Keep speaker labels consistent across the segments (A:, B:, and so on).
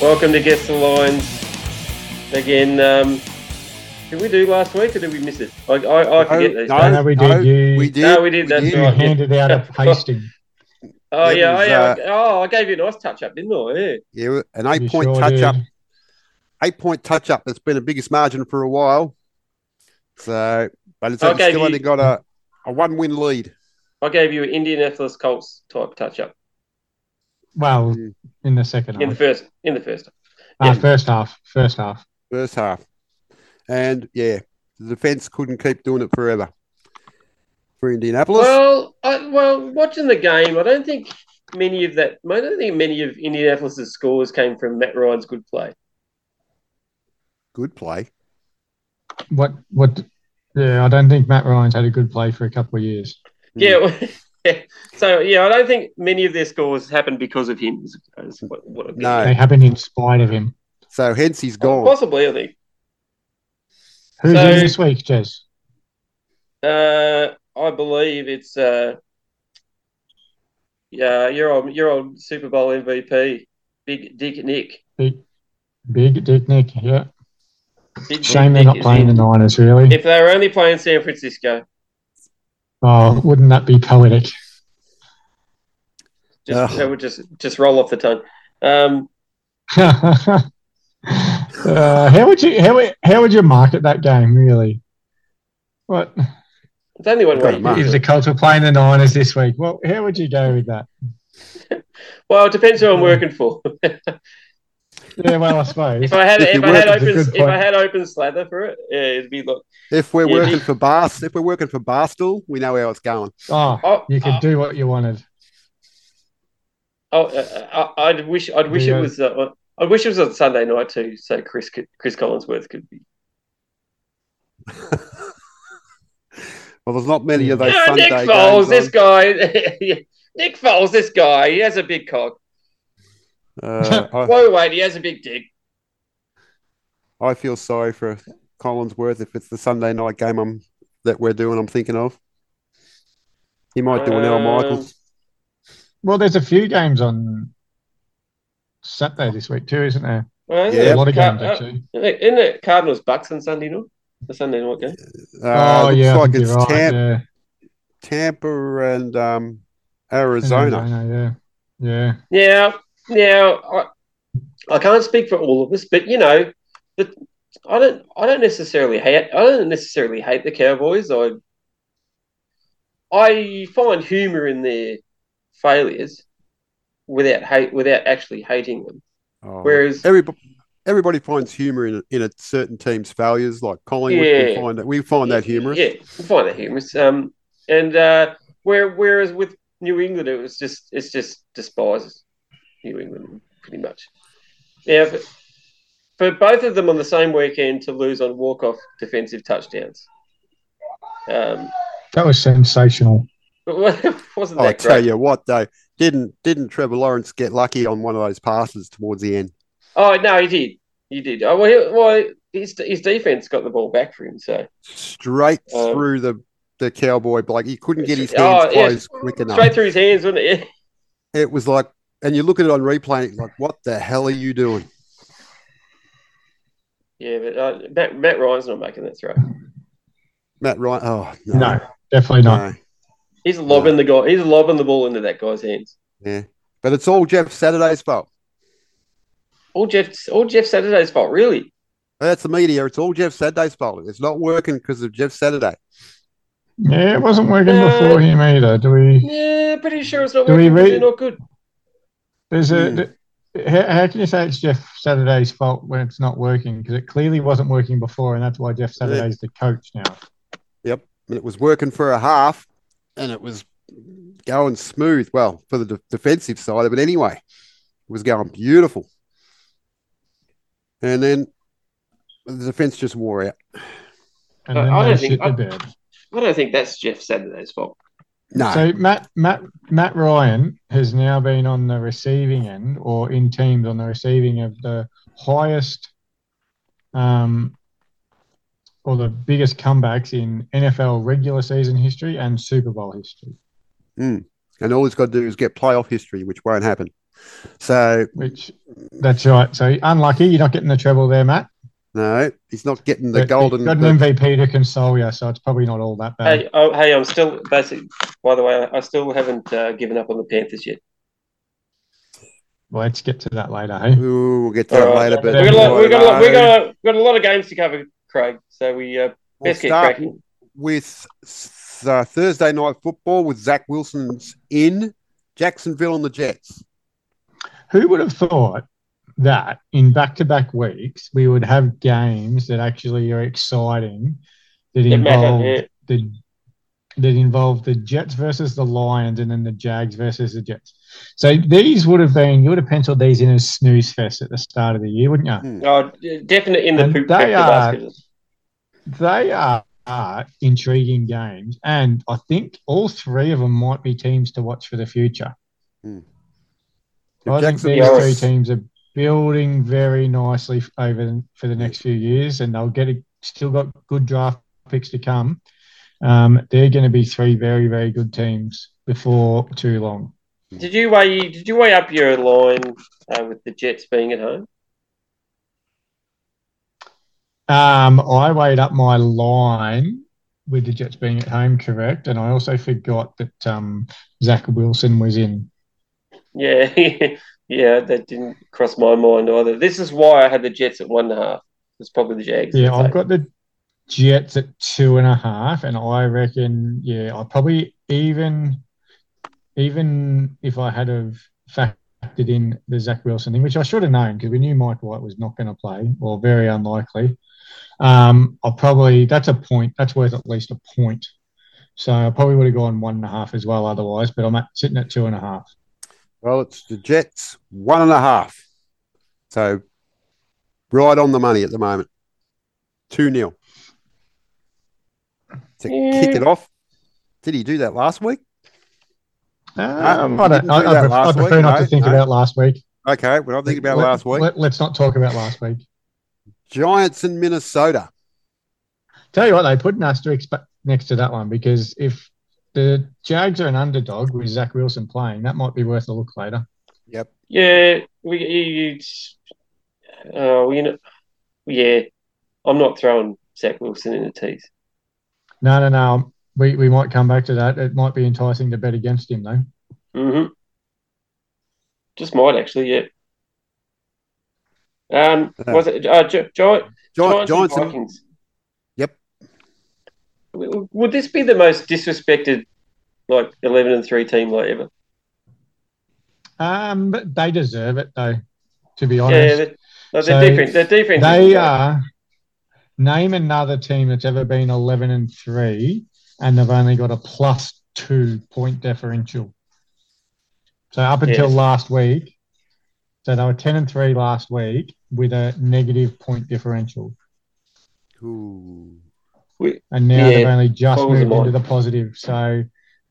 A: Welcome to Guess the Lines again. Um, did we do last week or did we miss it? I, I, I forget these
B: no,
A: days.
B: no, we did. you
C: we did.
A: No, we did, that's
B: you
A: right.
B: handed out a pasting.
A: Oh
C: It
A: yeah,
C: was, uh,
A: oh, yeah. oh, I gave you a nice touch up, didn't I? Yeah.
C: Yeah, an eight
B: You
C: point
B: sure
C: touch
B: did.
C: up. Eight point touch up. That's been the biggest margin for a while. So, but it's
A: I
C: only-
A: gave
C: still only
A: you-
C: got a, a one win lead.
A: I gave you an Indianapolis Colts type touch up
B: Well,
C: Mm.
B: in the second
A: in the
B: half.
A: first in the first.
B: Ah,
A: yeah.
B: first half. First half.
C: first half. And yeah, the defense couldn't keep doing it forever for Indianapolis.
A: Well, I, well, watching the game, I don't think many of that. I don't think many of Indianapolis's scores came from Matt Ryan's good play.
C: Good play.
B: What? What? Yeah, I don't think Matt Ryan's had a good play for a couple of years.
C: Hmm.
A: Yeah. well, So yeah, I don't think many of their scores happened because of him. is- is what- what I'm
C: No.
B: They happened in spite of him.
C: So hence he's
A: getting.
C: gone.
A: possibly I think.
B: Who's
A: So-
B: in this week, Jez?
A: Uh, I believe it's uh, yeah, your old your old Super Bowl MVP, Big Dick Nick.
B: Big, big Dick Nick. Yeah.
A: Big Dick
B: Shame they're
A: Nick
B: not
A: is
B: playing the
A: in.
B: Niners, really.
A: If they were only playing San Francisco,
B: Oh, wouldn't that be poetic?
A: just,
C: Ugh.
A: that would just just roll off the tongue. Um,
B: uh, how would you how, would- how would you market that game really? What
A: it's only one
C: Got it,
A: way.
C: Mark.
A: to do
B: if
A: it.
B: the Colts were playing the Niners this week? Well, how would you go with that?
A: Well, it depends who I'm working for.
B: Yeah, well, I suppose.
A: if I had
C: If
A: if,
C: you
A: I had
C: work, it's a
A: open
C: good
A: if I
C: point.
A: had open slather for it, yeah, it'd be like
C: If we're
A: Yeah,
C: working
A: Nick-
C: for Bast, if we're working for Barstool, we know how it's going.
B: Oh,
A: oh,
B: you could
A: oh,
B: do what you wanted.
A: oh, uh, I, I'd wish I'd wish
B: Yeah.
A: it was uh, on- I wish it was on Sunday night too, so Chris could, Chris Collinsworth could be.
C: Well, there's not many of those
A: Oh,
C: Sunday
A: Nick Foles,
C: games
A: this
C: on.
A: guy. Nick Foles, this guy. He has a big cock.
C: Uh, I,
A: Whoa, wait, he has a big dick.
C: I feel sorry for Collinsworth if it's the Sunday night game I'm, that we're doing. I'm thinking of. He might do an Al
A: Um,
C: Michaels.
B: Well, there's a few games on Saturday this week too, isn't there?
A: Well, isn't
C: Yeah.
A: it
B: a lot of
A: Car-
B: games actually.
A: uh, Isn't it Cardinals Bucks on Sunday night? The Sunday night game.
C: Uh,
B: oh
C: looks
B: yeah, I
C: like
B: think
C: it's
B: you're right.
C: Tam-
B: yeah.
C: Tampa and um, Arizona.
B: Arizona, yeah, yeah.
A: Now, now I, I can't speak for all of us, but you know, the, I don't I don't necessarily hate I don't necessarily hate the Cowboys. I I find humor in their failures without hate without actually hating them.
C: Oh.
A: Whereas
C: everybody everybody finds humor in in a certain team's failures, like Collingwood.
A: Yeah.
C: We find that we find that humorous.
A: Yeah, we find that humorous. Um, and uh, where whereas with New England, it was just it's just despises New England pretty much. Now, for, for both of them on the same weekend to lose on walk off defensive touchdowns, um,
B: That was sensational.
A: but wa- wasn't
C: I
A: that
C: tell
A: great?
C: you what, though, didn't didn't Trevor Lawrence get lucky on one of those passes towards the end?
A: Oh no, he did, he did. Oh well, he, well his his defense got the ball back for him, so
C: Straight
A: Um,
C: through the the cowboy, like he couldn't get his
A: Oh,
C: hands
A: yeah,
C: closed quick enough.
A: straight through his hands, wasn't it?
C: It was like, and you look at it on replay, it's like, what the hell are you doing?
A: Yeah, but uh, Matt, Matt Ryan's not making that throw.
C: Matt Ryan? Oh no,
B: No, definitely not.
C: no.
A: He's lobbing the guy. He's lobbing the ball into that guy's hands.
C: yeah. But it's all Jeff Saturday's fault.
A: All Jeff, all Jeff Saturday's fault, really.
C: That's the media. It's all Jeff Saturday's fault. It's not working because of Jeff Saturday.
B: Yeah, it wasn't working
A: Uh,
B: before him either. Do we?
A: Yeah, pretty sure it's not
B: Do
A: working.
B: we
A: 'cause
B: rate-
A: They're not good.
B: There's a.
C: Hmm.
B: th- How, how can you say it's Jeff Saturday's fault when it's not working? Because it clearly wasn't working before, and that's why Jeff Saturday's the coach now.
C: and it was working for a half and it was going smooth. Well, for the de- defensive side of it anyway, it was going beautiful. And then the defense just wore out.
B: And
A: Uh,
B: then
A: I
B: they
A: don't think-
B: shit the
A: I-
B: bed.
A: I don't think that's Jeff Saturday's fault.
C: No,
B: So Matt Matt Matt Ryan has now been on the receiving end or in teams on the receiving of the highest um or the biggest comebacks in NFL regular season history and Super Bowl history.
C: and all he's got to do is get playoff history, which won't happen. So
B: Which that's right. So unlucky, you're not getting the treble there, Matt.
C: no, he's not getting the
B: But
C: golden.
B: you've got an MVP to console you, so it's probably not all that bad.
A: Hey, oh, hey, I'm still basically. By the way, I- I still haven't uh, given up on the Panthers yet.
B: Well, let's get to that later. Hey,
C: Ooh, we'll get to
A: All
C: that
A: right.
C: later. But
A: We got a lot. We got a lot. We
C: no.
A: got a, got a lot of games to cover, Craig. So we uh,
C: We'll
A: best get
C: start
A: cracking.
C: with s- uh, Thursday night football with Zach Wilson's in Jacksonville and the Jets.
B: who would have thought that in back-to-back weeks we would have games that actually are exciting that
A: It
B: involve
A: matters. Yeah.
B: the that involved the Jets versus the Lions and then the Jags versus the Jets. So these would have been you would have penciled these in as snooze fest at the start of the year, wouldn't you?
A: Oh, definitely in the
B: And
A: poop
B: they
A: factor
B: are-
A: basket.
B: They are, are intriguing games, and I think all three of them might be teams to watch for the future.
C: Hmm.
B: I think
C: Jackson-
B: these
A: Yes.
B: three teams are building very nicely f- over the- for the next few years, and they'll get a, still got good draft picks to come. Um, they're going to be three very very good teams before too long.
A: Did you weigh? Did you weigh up your line uh, with the Jets being at home?
B: Um, I weighed up my line with the Jets being at home, correct, and I also forgot that um, Zach Wilson was in.
A: Yeah, yeah, that didn't cross my mind either. This is why I had the Jets at one and a half. It's probably the Jags.
B: Yeah,
A: I'd
B: I've
A: say.
B: got the Jets at two and a half, and I reckon, yeah, I probably even, even if I had have factored in the Zach Wilson thing, which I should have known because we knew Mike White was not going to play, or very unlikely. Um, I probably that's a point that's worth at least a point. So I probably would have gone one and a half as well otherwise, but I'm at, sitting at two and a half.
C: Well, it's the Jets one and a half. So right on the money at the moment. 2 0. To kick it off. Did he do that last week?
B: Um,
C: you
B: I, don't,
C: didn't do
B: I, I,
C: that
B: pref- I
C: last
B: prefer
C: week,
B: not to
C: no,
B: think
C: no.
B: about last week.
C: Okay, well, I'm thinking about
B: Let-
C: last week.
B: Let, let's not talk about last week.
C: Giants in Minnesota.
B: Tell you what, they put an asterisk ba- next to that one because if the Jags are an underdog with Zach Wilson playing, that might be worth a look later.
C: Yep.
A: Yeah, we. It's, uh, you know, yeah, I'm not throwing Zach Wilson in the teeth.
B: No, no, no. We, we might come back to that. It might be enticing to bet against him, though.
A: hmm Just might actually. Yeah. Um,
C: Uh,
A: was it uh, Gi- Gi- Giants,
C: Gi-
A: and
C: Giants in,
A: Vikings?
C: Yep.
A: W- Would this be the most disrespected, like eleven and three team like ever?
B: Um, but they deserve it, though, to be
A: Yeah,
B: honest.
A: they- like
B: So
A: their defense. Their defense.
B: they
A: is-
B: uh, are. Name another team that's ever been 11 and 3 and they've only got a plus two point differential. So up until
A: Yes.
B: last week, so they were 10 and 3 last week with a negative point differential.
C: Ooh.
B: And now they've
A: Yeah,
B: only just
A: follows
B: moved
A: them on.
B: into the positive. So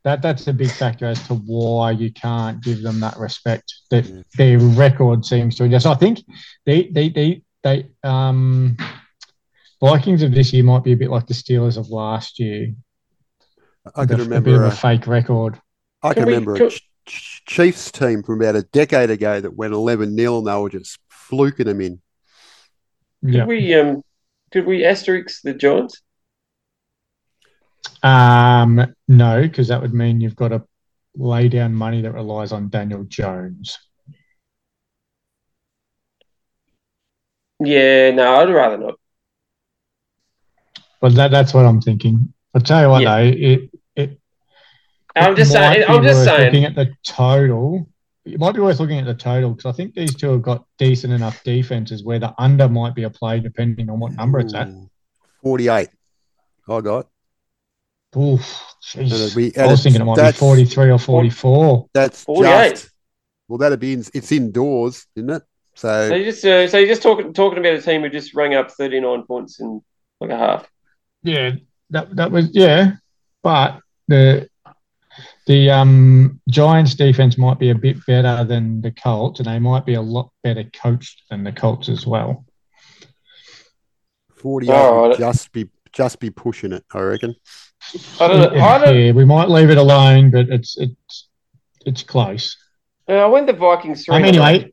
B: that, that's a big factor as to why you can't give them that respect that
C: Yeah.
B: their record seems to suggest. I think they they they they um Vikings of this year might be a bit like the Steelers of last year.
C: I can
B: a, a bit
C: remember.
B: of
C: uh,
B: a fake record.
C: I can
A: Can we-
C: remember a
A: can-
C: Ch- Ch- Chiefs team from about a decade ago that went 11 0 and they were just fluking them in.
B: Yeah.
A: Could we um, could we asterisk the Giants?
B: Um no, because that would mean you've got to lay down money that relies on Daniel Jones.
A: Yeah, no, I'd rather not.
B: But that that's what I'm thinking. I'll tell you what
A: Yeah.
B: though, it it
A: I'm
B: It
A: just
B: might
A: saying.
B: be
A: I'm just
B: worth
A: saying.
B: Looking at the total, it might be worth looking at the total because I think these two have got decent enough defenses where the under might be a play depending on what number it's at.
C: Ooh, 48. I got.
B: Oof,
C: That'd
B: jeez.
C: be-
B: I was thinking it might be
C: that's-
B: 43 or 44.
C: That's
A: 48.
C: just. Well, that'd be in, it's indoors, isn't it?
A: So
C: So
A: you just uh, so you just talking talking about a team who just rang up thirty nine points in like a half.
B: Yeah, that that was yeah, but the the um Giants defense might be a bit better than the Colts, and they might be a lot better coached than the Colts as well.
C: 48
A: All
C: would
A: Oh, right.
C: just be just be pushing it, I reckon.
A: I don't know. I don't.
B: yeah, we might leave it alone, but it's it's it's close.
A: Uh, I went the Vikings three.
B: Um, anyway,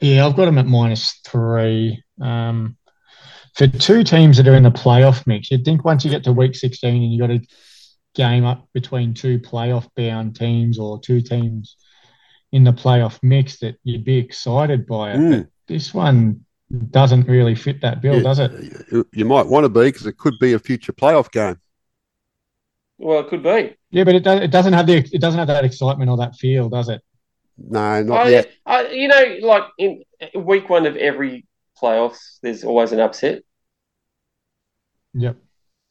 B: yeah, I've got them at minus three. Um, for two teams that are in the playoff mix, you'd think once you get to week 16 and you've got a game up between two playoff bound teams or two teams in the playoff mix that you'd be excited by it.
C: Mm.
B: But this one doesn't really fit that bill,
C: Yeah,
B: does it?
C: You, you might want to be because it could be a future playoff game.
A: well, it could be.
B: Yeah, but it, does, it doesn't have the it doesn't have that excitement or that feel, does it?
C: No,
A: I,
C: not yet.
A: I, you know, like in week one of every playoffs, there's always an upset.
B: Yep.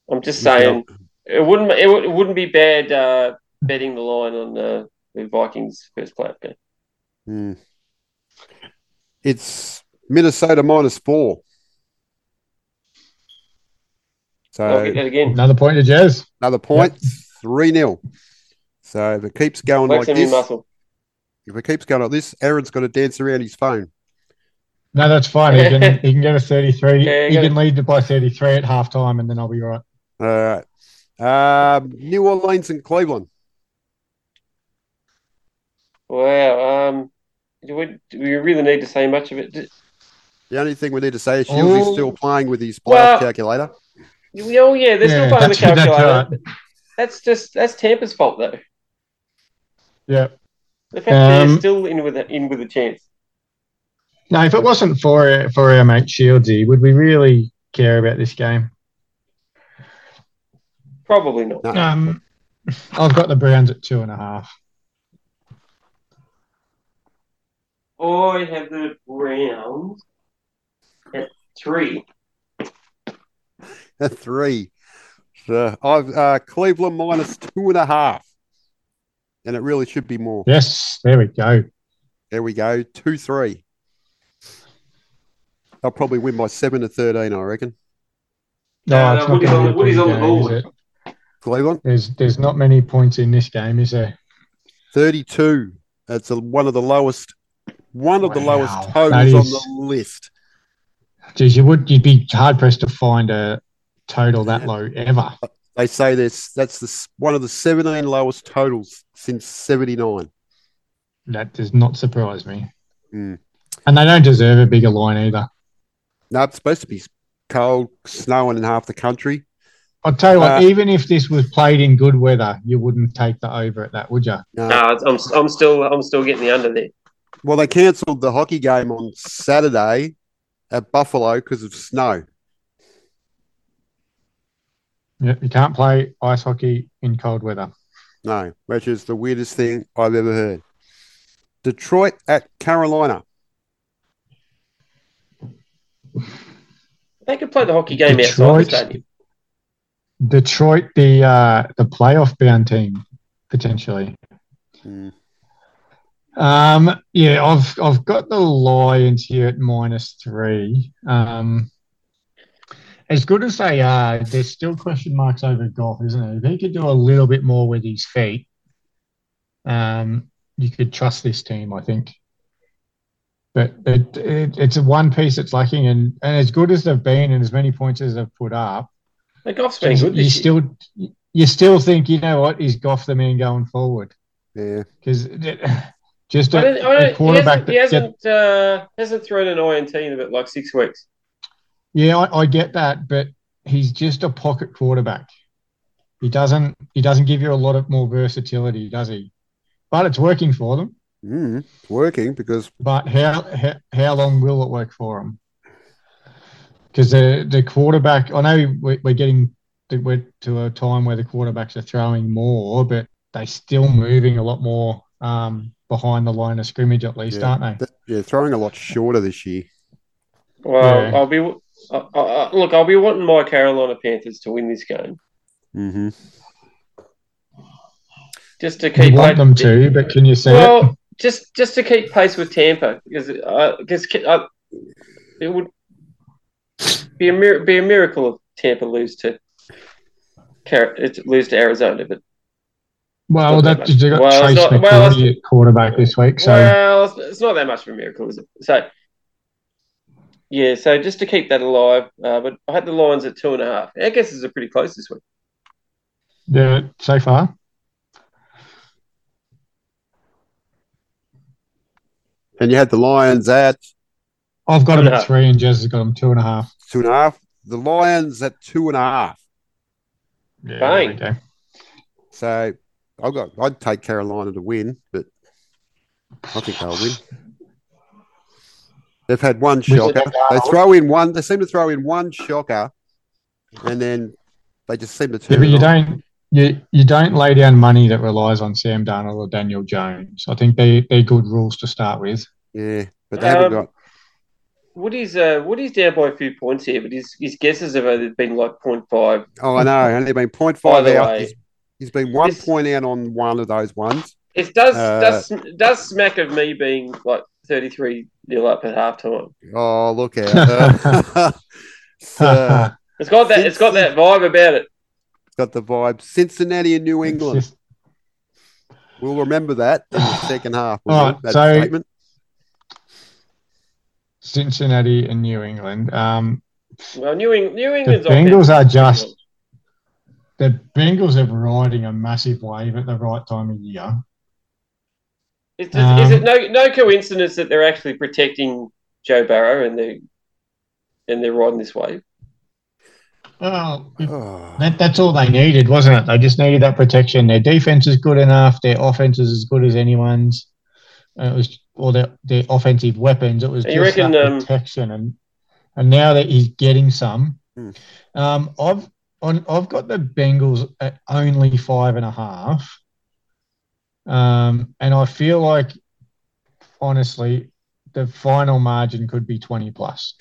A: I'm just
C: Yeah.
A: saying, it wouldn't it, would- it wouldn't be bad uh, betting the line on uh, the Vikings first playoff game.
C: Hmm. It's Minnesota minus four.
A: I'll
C: So
A: get that again.
B: Another point to Jez.
C: another point, three 0 So if it keeps going
A: Works
C: like
A: every
C: this,
A: muscle.
C: if it keeps going like this, Aaron's got to dance around his phone.
B: No, that's fine. He can he can get us 33.
A: Yeah, you
B: he
A: got
B: can lead by 33 at halftime, and then I'll be right.
C: All right, um, New Orleans and Cleveland.
A: Wow. Um, do we, do we really need to say much of it? Do-
C: The only thing we need to say is Shields is
B: Oh.
C: still playing with his playoff
A: Well-
C: calculator.
A: Oh yeah, they're still
B: Yeah,
A: part of the
B: that's- that's
A: calculator. That's,
B: right.
A: just that's Tampa's fault though.
B: Yeah.
A: The fact that
B: Um,
A: they're still in with a, in with a chance.
B: No, if it wasn't for for our mate Shieldsy, would we really care about this game?
A: Probably not.
C: No.
B: Um, I've got the Browns at two and a half.
A: I have the Browns at three.
C: three. So I've uh, Cleveland minus two and a half, and it really should be more.
B: Yes, there we go.
C: There we go. Two three. I'll probably win by seven to thirteen, I reckon.
A: No,
B: Oh, it's
A: no,
B: not
A: Woody's on- Woody's
B: gonna be a pretty
A: on the
B: game,
A: ball.
B: is it?
C: Cleveland
B: There's there's not many points in this game, is there?
C: thirty-two. That's a, one of the lowest. One of the
B: Wow.
C: lowest
B: That
C: totals
B: is-
C: on the list.
B: Geez, you would you'd be hard pressed to find a total that low ever.
C: They say this. That's the s- one of the seventeen lowest totals since seventy-nine.
B: That does not surprise me.
C: Mm.
B: And they don't deserve a bigger line either.
C: No, it's supposed to be cold, snowing in half the country.
B: I'll tell you what,
C: Uh,
B: even if this was played in good weather, you wouldn't take the over at that, would you?
C: No,
A: No, it's- I'm, I'm still I'm still getting the under there.
C: Well, they cancelled the hockey game on Saturday at Buffalo because of snow.
B: Yeah, you can't play ice hockey in cold weather.
C: No, which is the weirdest thing I've ever heard. Detroit at Carolina.
A: They could play the hockey game outside the
B: Detroit.
A: stadium.
B: Detroit, the uh, the playoff bound team potentially.
C: Mm.
B: Um, yeah, I've I've got the Lions here at minus three. Um, as good as they are, there's still question marks over golf, isn't it? If he could do a little bit more with his feet, um, you could trust this team, I think. But it, it, it's a one piece that's lacking, and, and as good as they've been, and as many points as they've put up,
A: The golf's been good
B: you
A: this year.
B: still you still think you know what is Goff the man going forward
C: Yeah.
B: because just
A: I don't, I
B: a, a
A: don't, he hasn't,
B: quarterback that
A: he hasn't, uh, hasn't thrown an INT in about like six weeks.
B: yeah, yeah I, I get that but he's just a pocket quarterback he doesn't he doesn't give you a lot of more versatility does he but it's working for them
C: Mm. It's working because
B: but how how, how long will it work for them because the the quarterback I know we're, we're getting that we're to a time where the quarterbacks are throwing more, but they're still moving a lot more um, behind the line of scrimmage, at least,
C: Yeah.
B: aren't they?
C: th- yeah, throwing a lot shorter this year.
A: Well,
B: Yeah.
A: I'll be I, I, I- look. I'll be wanting my Carolina Panthers to win this game
C: Mm-hmm.
A: just to
B: You
A: keep
B: want
A: pace-
B: them to, but can you see it?
A: Well, just just to keep pace with Tampa because uh, because uh, it would be a mir- be a miracle if Tampa lose to Car- it- lose to Arizona. But
B: Well, that they got
A: Well, it's
B: Trace
A: not-
B: McGrady
A: well,
B: at quarterback this week, so
A: well, it's, it's not that much of a miracle, is it? So yeah, so just to keep that alive. Uh, but I had the Lions at two and a half. I guess it's a pretty close this week.
B: yeah, so far.
C: And you had the Lions at
B: I've got him
A: Yeah.
B: at three, and Jez has got him two and a half.
C: two and a half. The Lions at two and a half.
B: Yeah,
A: Bang.
B: there we go.
C: So I got I'd take Carolina to win, but I think they'll win. They've had one shocker. They throw in one. They seem to throw in one shocker, and then they just seem to turn.
B: Yeah, but
C: it
B: you
C: on.
B: don't you, you don't lay down money that relies on Sam Darnold or Daniel Jones. I think they they're good rules to start with.
C: Yeah, but they haven't
A: Um,
C: got.
A: Woody's uh, Woody's down by a few points here, but his, his guesses have only been like 0.5.
C: Oh, I know. Only been point
A: By
C: five
A: the
C: out.
A: way,
C: He's- he's been one
A: this-
C: point out on one of those ones.
A: It does
C: Uh,
A: does does smack of me being like 33 nil up at halftime.
C: Oh, look out! so,
A: It's got that it's got that vibe about it.
C: got the vibe. Cincinnati and New
B: It's
C: England.
B: just-
C: We'll remember that in the second half.
B: All
C: will we?
B: right,
C: That
B: so-
C: statement.
B: Cincinnati and New England. Um,
A: Well, New, Eng- New
B: the
A: England's
B: Bengals
A: offense-
B: are just the Bengals are riding a massive wave at the right time of year.
A: Is, is- is
B: Um,
A: it no no coincidence that they're actually protecting Joe Barrow and they and they're riding this wave?
B: Well,
C: Oh.
B: that, that's all they needed, wasn't it? They just needed that protection. Their defense is good enough. Their offense is as good as anyone's. And it was all their, their offensive weapons. It was
A: And
B: just
A: you reckon,
B: that
A: um,
B: protection, and and now that he's getting some,
C: Hmm.
B: um, I've on I've got the Bengals at only five and a half, um, and I feel like honestly the final margin could be twenty plus.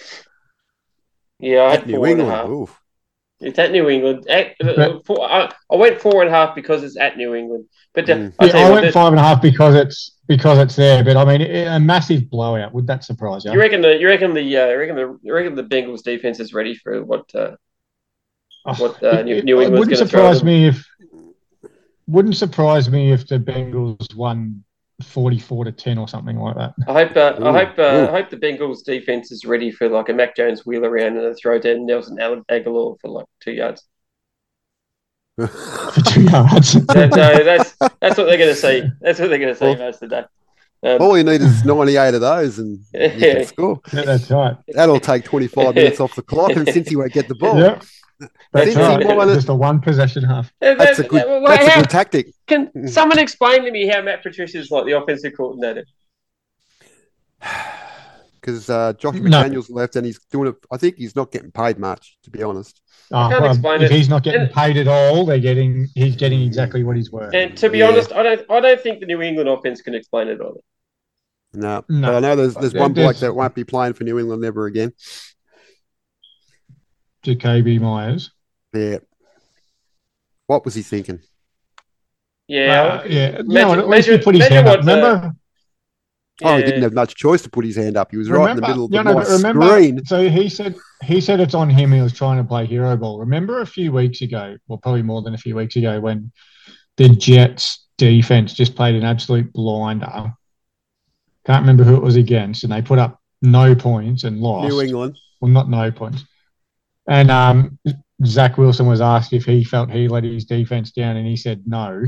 A: Yeah, I had
C: New
A: four and a half.
C: England. Oof.
A: It's at New England. At,
B: But-
A: four, I, I went four and a half because it's at New England. But the,
C: Mm.
A: I'll
B: Yeah,
A: tell you
B: I
A: what,
B: went
A: the-
B: five and a half because it's because it's there, but I mean i- a massive blowout. Would that surprise you?
A: You reckon the you reckon the uh, you reckon the you reckon the Bengals defense is ready for what uh,
B: Oh,
A: what uh,
B: it-
A: New,
B: it-
A: New
B: it
A: England's
B: wouldn't
A: going to throw?
B: surprise
A: at them?
B: me if wouldn't surprise me if the Bengals won forty four to ten or something like that.
A: I hope uh,
C: Ooh,
A: I hope uh,
C: ooh.
A: I hope the Bengals defense is ready for like a Mac Jones wheel around and a throw down Nelson Al- Aguilar for like two yards.
B: For two yards.
A: That- no, uh, that's that's what they're going to see. That's what they're going to see
C: Well-
A: most of the day. Um,
C: All you need is 98 of those and you
A: Yeah.
C: can score.
B: Yeah, that's right.
C: That'll take 25 minutes off the clock and Cincy won't get the ball.
B: Yeah, that's
C: Cincy
A: Didn't he
B: right.
C: won it.
B: Just a one possession half.
A: and
C: That's a
A: that-
C: good,
A: well,
C: that's
A: how-
C: a good Mm-hmm. tactic.
A: can someone explain to me how Matt Patricia's like the offensive coordinator?
C: Because uh, Josh
B: No.
C: McDaniels left and he's doing it. I think he's not getting paid much, to be honest.
B: Oh,
A: can't explain
B: if
A: it.
B: he's not getting
A: And-
B: paid at all, they're getting he's getting exactly what he's worth.
A: And to be
C: Yeah.
A: honest, I don't I don't think the New England offense can explain it either.
C: No.
B: No.
C: But I know there's, there's
B: There-
C: one bloke
B: there's-
C: that won't be playing for New England ever again.
B: Jacoby Myers.
C: Yeah. What was he thinking?
A: Yeah,
B: Uh, yeah. You
A: Measure-
B: know what, at least he
A: measure-
B: put his
A: measure
B: hand up.
A: what the-
B: Remember,
C: Oh, he
A: yeah.
C: didn't have much choice to put his hand up. He was right in the middle of the
B: no, no,
C: white
B: but remember-
C: screen.
B: So he said he said it's on him. He was trying to play hero ball. Remember a few weeks ago, well, probably more than a few weeks ago, when the Jets defense just played an absolute blinder. Can't remember who it was against, and they put up no points and lost.
C: New England.
B: Well, not no points. And um, Zach Wilson was asked if he felt he let his defense down, and he said no.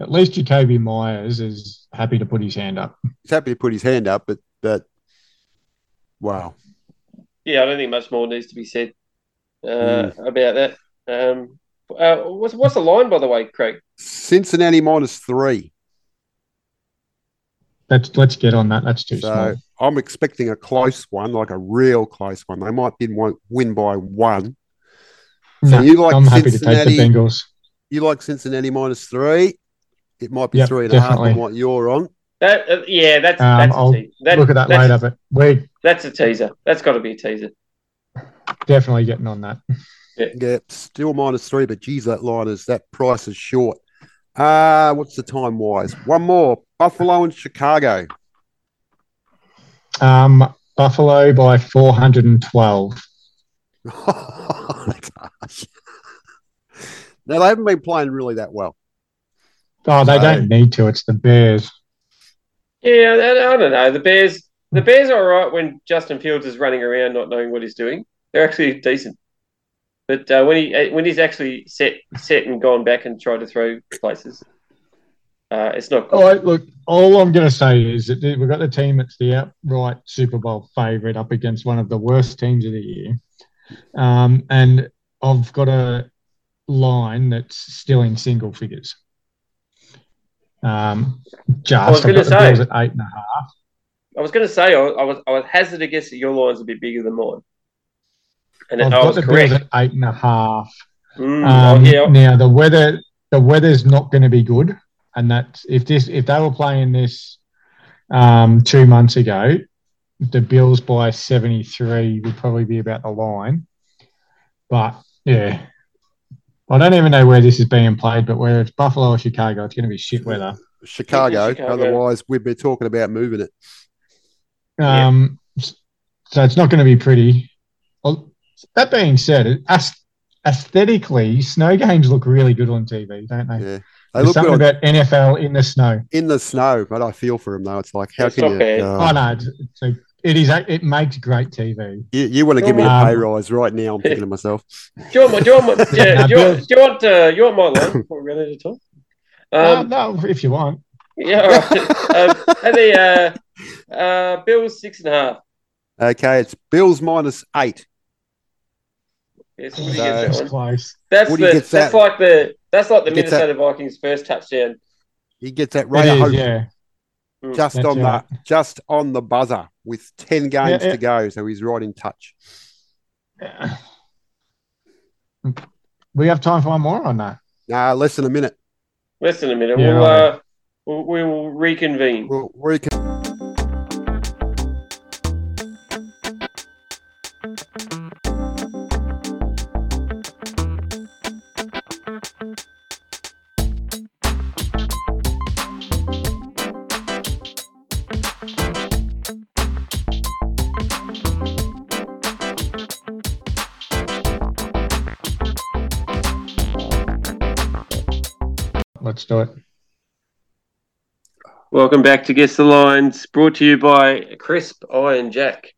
B: At least Jacoby Myers is happy to put his hand up.
C: He's happy to put his hand up, but, but wow.
A: Yeah, I don't think much more needs to be said uh,
B: Hmm.
A: about that. Um, uh, what's what's the line by the way, Craig?
C: Cincinnati minus three.
B: That's, let's get on that. That's too small.
C: So I'm expecting a close one, like a real close one. They might win one- win by one. So
B: No,
C: you like
B: I'm happy to
C: Cincinnati?
B: take the Bengals.
C: You like Cincinnati minus three? It might be
B: Yep,
C: three and a half on
B: definitely.
C: what you're on.
A: That uh, yeah, that's
B: Um,
A: that's
B: I'll
A: a te- that,
B: Look at that
A: that's,
B: later, but we're
A: That's a teaser. That's got to be a teaser.
B: definitely getting on that.
C: Yeah, still minus three, but geez, that line is that price is short. Uh what's the time wise? One more. Buffalo and Chicago.
B: Um, Buffalo by 412.
C: That's harsh. now they haven't been playing really that well.
B: Oh, they
C: So-
B: don't need to. It's the Bears.
A: Yeah, I, I don't know. The Bears, the
B: Hmm.
A: Bears are all right when Justin Fields is running around not knowing what he's doing. They're actually decent, but uh, when he uh, when he's actually set set and gone back and tried to throw places, Uh, it's not
B: All
A: good.
B: right, look, all I'm going to say is that we've got the team that's the outright Super Bowl favourite up against one of the worst teams of the year. Um, and I've got a line that's still in single figures. Um, just,
A: I was
B: I've got
A: gonna
B: the
A: say.
B: Bills at eight and a half.
A: I was going to say I, I was I was hazard to guess that your line's a bit bigger than mine, and
B: I've
A: I
B: got
A: was
B: the
A: correct.
B: Bills at eight and a half.
A: Mm, oh,
B: Um,
A: yeah,
B: Now the weather, the weather's not going to be good, and that if this, if they were playing this um, two months ago, the Bills by seventy three would probably be about the line. But yeah, I don't even know where this is being played, but whether it's Buffalo or Chicago, it's going to be shit weather.
C: Chicago,
A: Chicago.
C: Otherwise, we'd be talking about moving it.
A: Yeah.
B: Um, So it's not going to be pretty. Well, that being said, it- aes- aesthetically, snow games look really good on TV, don't they?
C: Yeah, they
B: There's
C: look good
B: something
C: on-
B: about NFL in the snow.
C: in the snow, but I feel for them though. It's like how
A: It's
C: can
A: not
C: you,
A: fair.
B: Oh,
C: uh,
B: no, it's, it's a, it is. a- It makes great TV.
C: you? You want to give me a
B: Um,
C: pay rise right now? I'm thinking to myself.
A: do you want my do you want my, yeah,
B: Nah,
A: do you,
B: Bill-
A: want, do you want uh, you want my line before we run out of time? Um,
B: Uh, no, no, if you want.
A: Yeah, all right. um, and the uh, uh, Bills six and a half.
C: Okay, it's Bills minus eight.
A: Yeah, so what do you
C: So-
A: get
B: It's
A: that one?
B: close.
A: That's
C: Woody
A: the,
C: gets
A: that's
C: that.
A: like the that's like the
C: Gets that.
A: Minnesota Vikings first touchdown.
C: He gets that
B: It
C: rate of
B: is,
C: hope
B: yeah.
C: just
B: That's
C: on
B: right.
C: the just on the buzzer with ten games
B: Yeah, yeah.
C: to go, so he's right in touch.
B: We have time for one more on that.
C: Nah, less than a minute.
A: Less than a minute.
B: Yeah,
A: we'll,
B: right.
A: uh, we'll we will reconvene.
C: We'll, we can
B: Let's do it.
A: Welcome back to Guess the Lines, brought to you by Crisp Iron Jack.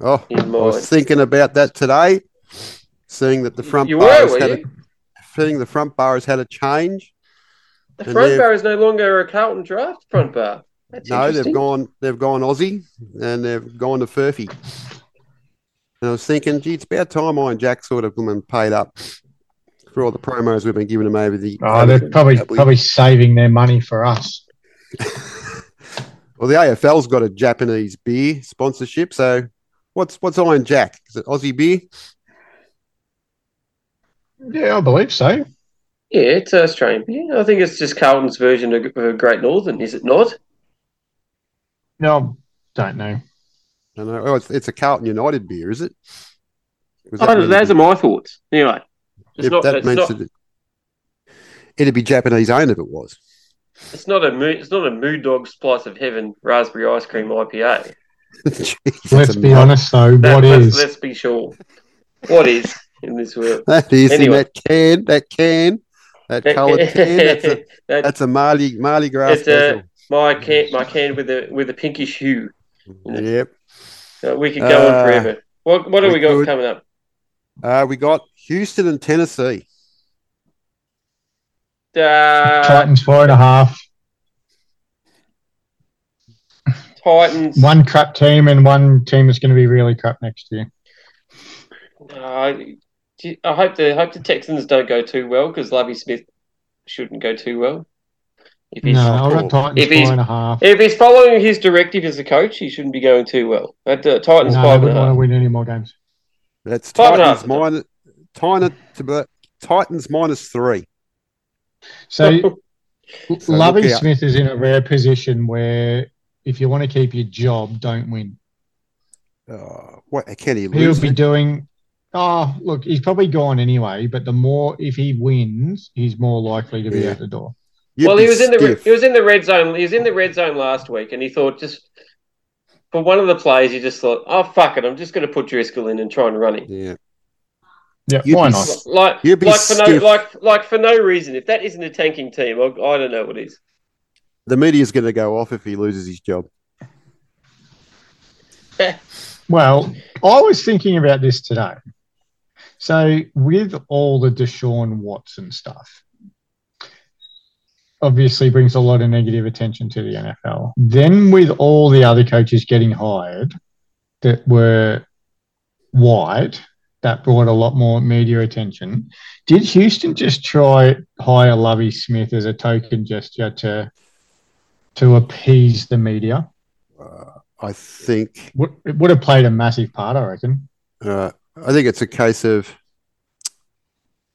C: Oh,
A: In
C: I
A: mind.
C: was thinking about that today, seeing that the front
A: you
C: bar
A: were,
C: has
A: were
C: had
A: you?
C: a, seeing the front bar has had a change.
A: The
C: and
A: front
C: they've-
A: bar is no longer a Carlton draft front bar. That's
C: No, they've
A: interesting.
C: gone they've gone Aussie and they've gone to Furphy. And I was thinking, gee, it's about time I and Jack sort of been paid up for all the promos we've been giving them over the.
B: Oh, they're probably
C: that we-
B: probably saving their money for us.
C: Well, the AFL's got a Japanese beer sponsorship, so what's what's Iron Jack? Is it Aussie beer?
B: Yeah, I believe so.
A: Yeah, it's Australian. Yeah, I think it's just Carlton's version of, of Great Northern, is it not?
B: No, don't know.
C: I don't know. Oh, it's, it's a Carlton United beer, is it? Was that
A: Oh,
C: really
A: those
C: good?
A: are my thoughts. Anyway, it's
C: If
A: not,
C: that
A: it's,
C: means
A: not,
C: that it, it'd be Japanese owned if it was.
A: it's not a mood, it's not a mood dog splice of heaven raspberry ice cream IPA.
C: Jeez, that's
B: Let's
C: a
B: be
C: nut.
B: honest though.
A: That-
B: What
A: let's,
B: is?
A: Let's be sure. What is in this world?
C: That is
A: Anyway.
C: in that can, that can, that coloured can. That's a,
A: That-
C: that's a Mardi, Mardi Gras
A: It's a-
C: special.
A: my can, my can with a with a pinkish hue.
C: Yep.
A: Uh, we could go
C: Uh,
A: on forever. What what do we,
C: we
A: got
C: could.
A: coming up?
C: Uh, we got Houston and Tennessee.
A: Uh,
B: Titans four and a half.
A: Titans.
B: One crap team and one team that's going to be really crap next year.
A: Uh, gee, I hope the hope the Texans don't go too well because Lovey Smith shouldn't go too well. If he's
B: No, I've got Titans
A: If he's-
B: four and a half.
A: If he's following his directive as a coach, he shouldn't be going too well. At the Titans
B: No, they
A: five and a
B: wouldn't want to
A: half.
B: win any more games.
C: That's
A: Five and a
C: Titans
A: half.
C: minus Tina- to- Titans minus three.
B: So
C: So
B: Lovey
C: look out.
B: Smith is in a rare position where if you want to keep your job, don't win.
C: Uh, what can he
B: He'll
C: lose?
B: be doing. Oh, look, he's probably gone anyway. But the more, if he wins, he's more likely to be
C: Yeah.
B: out the door.
C: You'd
A: well,
C: be
A: he was in the
C: stiff.
A: he was in the red zone. He was in the red zone last week, and he thought just for one of the plays, he just thought, "Oh fuck it, I'm just going to put Driscoll in and try and run him."
C: Yeah.
B: Yeah,
C: You'd
B: why
C: be
B: not?
C: s-
A: Like,
C: You'd be
A: like for no,
C: stiff.
A: like, like for no reason. If that isn't a tanking team, I, I don't know what is.
C: The media's going to go off if he loses his job.
B: Well, I was thinking about this today. So, with all the Deshaun Watson stuff, obviously brings a lot of negative attention to the NFL. Then, with all the other coaches getting hired that were white, that brought a lot more media attention. Did Houston just try hire Lovey Smith as a token gesture to to appease the media?
C: Uh, I think
B: Would- It would have played a massive part, I reckon.
C: uh, I think it's a case of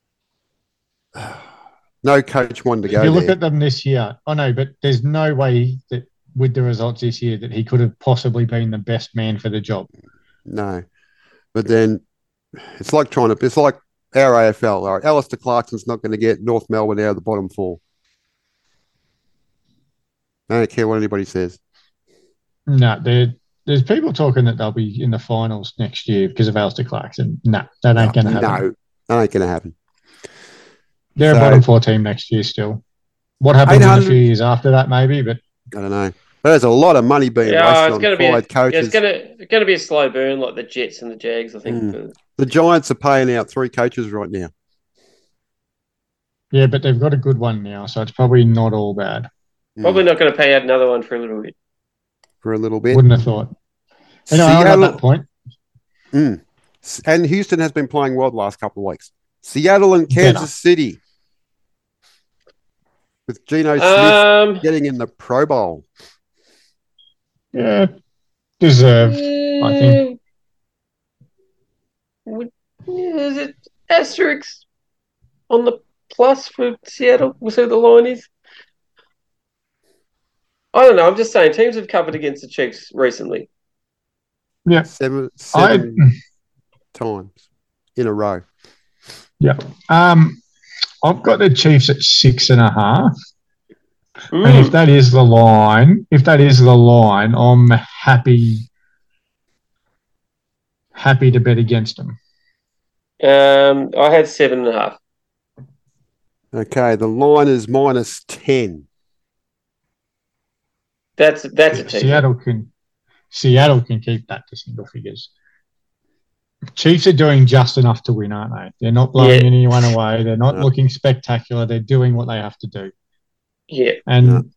C: no coach wanted to
B: If
C: go
B: you look
C: there.
B: at them this year, I know, but there's no way that with the results this year that he could have possibly been the best man for the job.
C: no, but then it's like trying to. It's like our AFL. All right, Alistair Clarkson's not going to get North Melbourne out of the bottom four. I don't care what anybody says.
B: No, there, there's people talking that they'll be in the finals next year because of Alistair Clarkson. No, that ain't going to happen.
C: No, that ain't going to happen.
B: They're
C: So-
B: a bottom four team next year still. What happens in a
C: 800
B: few years after that, maybe, but
C: I don't know. There's a lot of money being
A: Yeah, it's
C: wasted
A: gonna
C: on
A: be a-
C: fired
A: Yeah, it's
C: coaches.
A: gonna it's gonna be a slow burn like the Jets and the Jags, I think.
C: Mm. The Giants are paying out three coaches right now.
B: yeah, but they've got a good one now, so it's probably not all bad.
C: Mm,
A: Probably not gonna pay out another one for a little bit.
C: for a little bit.
B: Wouldn't have thought. Anyway, I'm at that
C: Seattle
B: point.
C: and Houston has been playing well the last couple of weeks. Seattle and
B: Better.
C: Kansas City with Geno Smith
A: Um
C: getting in the Pro Bowl.
B: Yeah, deserved. I think.
A: hmm, Would- Is it asterisks on the plus for Seattle? We'll see what the line is. I don't know. I'm just saying teams have covered against the Chiefs recently.
C: Seven,
B: I-
C: seven times in a row.
B: Um, I've got the Chiefs at six and a half, and
A: Mm.
B: if that is the line, if that is the line, I'm happy, happy to bet against them.
A: Um, I had seven and a half.
C: Okay, the line is minus 10.
A: That's that's a team.
B: Seattle can Seattle can keep that to single figures. Chiefs are doing just enough to win, aren't they? They're not blowing
A: Yeah.
B: anyone away. They're not
C: No.
B: looking spectacular. They're doing what they have to do.
A: Yeah.
B: And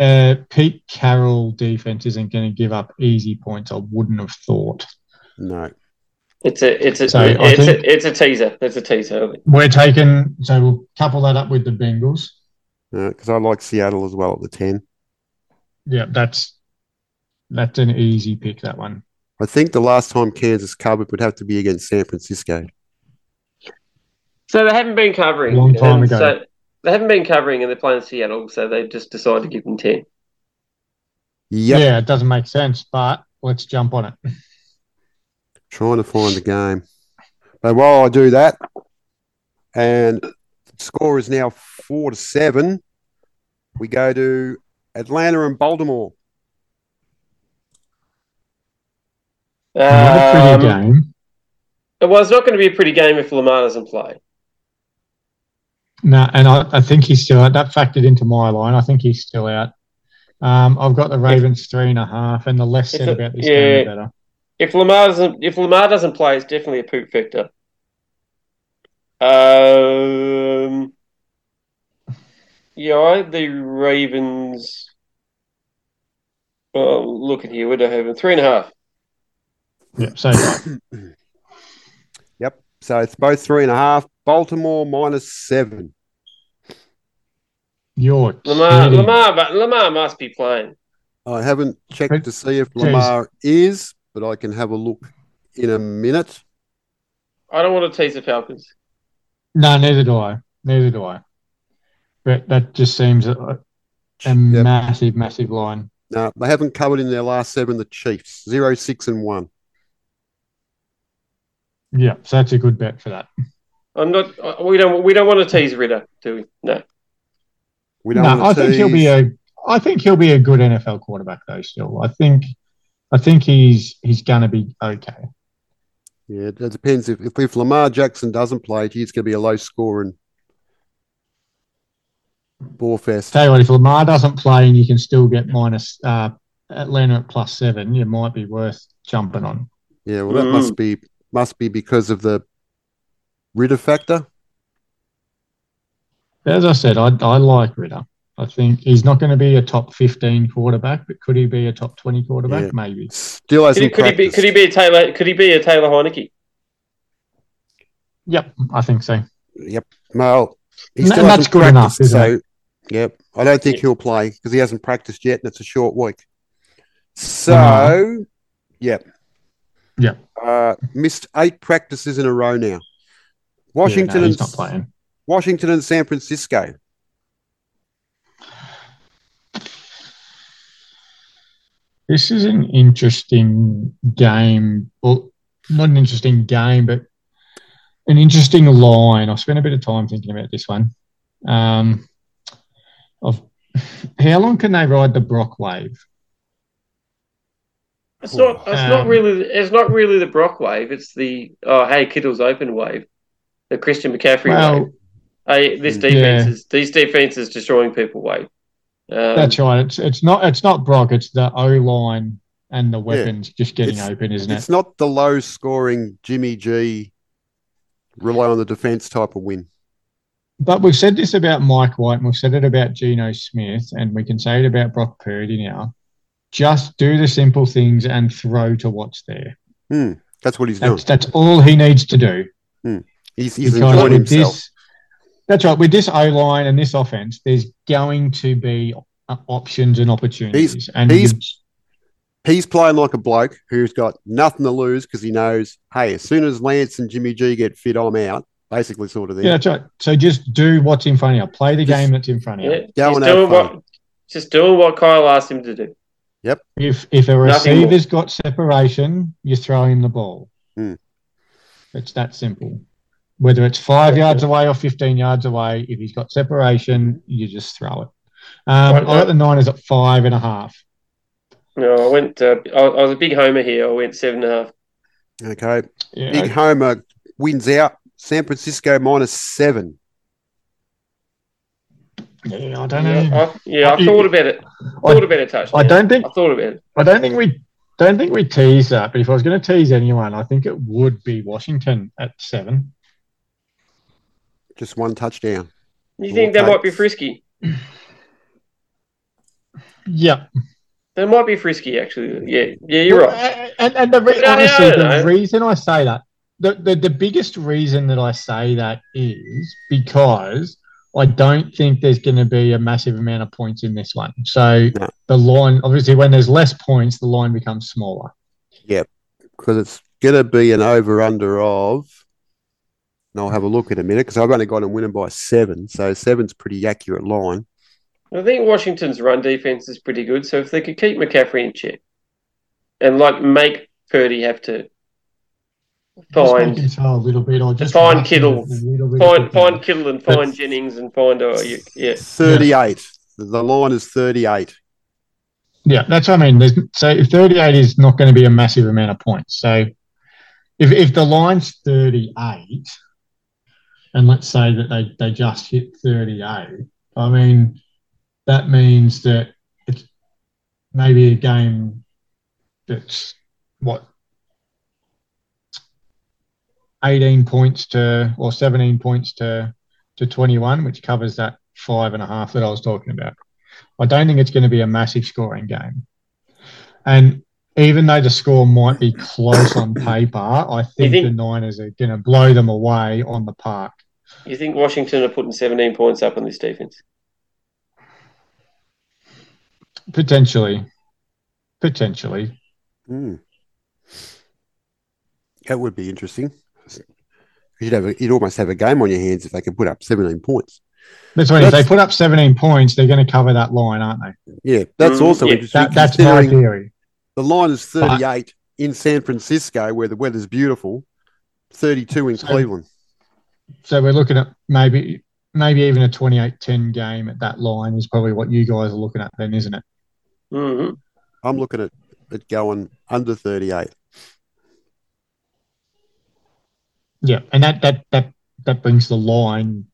B: uh, Pete Carroll defense isn't going to give up easy points. I wouldn't have thought.
C: No.
A: It's a it's a
B: So, I
A: it's
B: think-
A: a it's a teaser. That's a teaser.
B: We're taking so we'll couple that up with the Bengals.
C: Because I like Seattle as well at the 10.
B: Yeah, that's that's an easy pick. That one.
C: I think the last time Kansas covered would have to be against San Francisco.
A: So they haven't been covering.
B: Long time
A: and
B: ago.
A: So they haven't been covering and they're playing Seattle, so they just decided to give them ten.
C: Yep.
B: Yeah, it doesn't make sense, but let's jump on it.
C: trying to find the game. But while I do that, and score is now four to seven, we go to Atlanta and Baltimore.
B: Another pretty
A: Um,
B: game.
A: well, it's not going to be a pretty game if Lamar doesn't play.
B: No, and I, I think he's still out. That factored into my line. I think he's still out. Um, I've got the Ravens three and a half, and the less
A: If
B: said
A: it-
B: about this game, the
A: yeah.
B: better.
A: If Lamar doesn't, if Lamar doesn't play, it's definitely a poop factor. Um, yeah, I had the Ravens. Well, looking here, what do I have? Three and a half.
B: Yeah. So right.
C: Yep. So it's both three and a half. Baltimore minus seven.
B: you're
A: Lamar,
B: kidding.
A: Lamar, but Lamar must be playing.
C: I haven't checked to see if
B: Jeez.
C: Lamar is, but I can have a look in a minute.
A: I don't want to tease the Falcons.
B: No, neither do I. Neither do I. But that just seems a, a
C: Yep.
B: massive, massive line.
C: No, they haven't covered in their last seven. The Chiefs zero six and one.
B: Yeah. So that's a good bet for that.
A: I'm not. I- We don't. We don't want to tease Ritter, do we? No.
C: We
B: No,
C: don't.
B: I
C: want to
B: think he'll be a. I think he'll be a good NFL quarterback though. Still, I think. I think he's he's gonna be okay.
C: Yeah, that depends. If, if if Lamar Jackson doesn't play, he's going to be a low scoring ball fest.
B: Tell you what, if Lamar doesn't play and you can still get minus uh, Atlanta at plus seven, you might be worth jumping on.
C: Yeah, well, that
A: Mm.
C: must be must be because of the Ritter factor.
B: But as I said, I, I like Ritter. I think he's not going to be a top 15 quarterback, but could he be a top 20 quarterback?
C: Yeah.
B: Maybe.
C: Still
A: Could he,
C: hasn't
A: could he be?
C: practiced.
A: Could he be a Taylor? Could he be a Taylor Heineke?
B: Yep, I think so.
C: Yep. Well, he
B: And
C: still
B: that's
C: hasn't
B: good enough,
C: practiced, so
B: isn't
C: yep. I don't think
A: Yeah.
C: he'll play because he hasn't practiced yet, and it's a short week. So,
B: Wow.
C: yep.
B: Mm-hmm. Yeah.
C: Uh, missed eight practices in a row now.
B: Yeah, no,
C: Washington
B: he's not
C: and
B: playing.
C: Washington and San Francisco.
B: This is an interesting game. Well, not an interesting game, but an interesting line. I've spent a bit of time thinking about this one. Um, of how long can they ride the Brock wave?
A: It's not. It's not
B: Um,
A: really. It's not really the Brock wave. It's the oh hey Kittle's open wave, the Christian McCaffrey wave.
B: Well,
A: Hey, this
C: Yeah.
A: defense is these defense is destroying people wave. Um,
B: that's right. It's it's not it's not Brock. It's the O line and the weapons just getting
C: It's-
B: open, isn't
C: It's
B: it?
C: not the low scoring Jimmy G rely on the defense type of win.
B: But we've said this about Mike White, and we've said it about Geno Smith, and we can say it about Brock Purdy now. Just do the simple things and throw to what's there.
C: That's what he's doing.
B: That's that's all he needs to do.
C: He's, he's
B: Because
C: enjoying
B: with
C: himself.
B: This, that's right. With this O line and this offense, there's going to be uh, options and opportunities. and
C: he's-
B: you-
C: he's playing like a bloke who's got nothing to lose because he knows, hey, as soon as Lance and Jimmy G get fit, I'm out. Basically, sort of thing.
B: yeah, that's right. So just do what's in front of you. Play the
C: Just-
B: game that's in front of you.
A: yeah,
C: Go
A: he's
C: and have
A: doing
C: fun.
A: what, just doing what Kyle asked him to do.
B: If if
A: Nothing
B: a
A: more.
B: receiver's got separation, you throw him the ball.
C: Hmm.
B: It's that simple. Whether it's five
A: Yeah,
B: yards away or fifteen yards away, if he's got separation, you just throw it. Um,
A: Right, uh,
B: I got the Niners at five and a half.
A: No, I went. Uh, I, I was a big homer here. I went seven and a half.
C: Okay.
B: Yeah,
C: Big Homer wins out. San Francisco minus seven.
B: yeah, I don't know.
A: Yeah, I, yeah, I thought about it. Thought about it. Touch.
B: I don't think
A: I thought about it.
B: I don't think we don't think we tease that. But if I was going to tease anyone, I think it would be Washington at seven.
C: Just one touchdown.
A: You think that might be frisky?
B: Yeah,
A: That might be frisky, actually. Yeah, yeah, you're
B: Well,
A: right.
B: a- And, and the re-
A: No, no,
B: honestly,
A: no,
B: the
A: no.
B: reason I say that, the, the, the biggest reason that I say that is because I don't think there's going to be a massive amount of points in this one. So
C: No.
B: the line, obviously, when there's less points, the line becomes smaller.
C: because it's going to be an over under of, and I'll have a look in a minute because I've only got him winning by seven. So seven's pretty accurate line.
A: I think Washington's run defense is pretty good. So if they could keep McCaffrey in check and like make Purdy have to
B: Just
A: find
B: making sure a little bit. I just
A: Fine,
B: like it
A: Kittle.
B: a little bit
A: find
B: quicker.
A: find Kittle and find Jennings and find oh you- yeah
C: 38. The- The line is 38.
B: Yeah, that's what I mean. There's, so 38 is not going to be a massive amount of points. So if, if the line's 38, and let's say that they, they just hit 38, I mean, that means that it's maybe a game that's what? 18 points to, or 17 points to, to 21, which covers that five and a half that I was talking about. I don't think it's going to be a massive scoring game. And even though the score might be close on paper, I think,
A: think-
B: the Niners are going to blow them away on the park.
A: you think Washington are putting 17 points up on this defense
B: Potentially. Potentially.
C: Hmm. That would be interesting. You'd have a, you'd almost have a game on your hands if they could put up 17 points.
B: That's what if they
C: That's-
B: put up 17 points, they're going to cover that line, aren't they?
C: Yeah, that's
A: Mm,
C: also
A: yeah.
C: interesting.
B: That, that's my
C: considering
B: theory.
C: the line is
B: But-
C: 38 in San Francisco, where the weather's beautiful. 32 in
B: So-
C: Cleveland.
B: So we're looking at maybe maybe even a 28-10 game at that line is probably what you guys are looking at then, isn't it?
A: hmm
C: I'm looking at it going under 38.
B: Yeah. And that that that that brings the line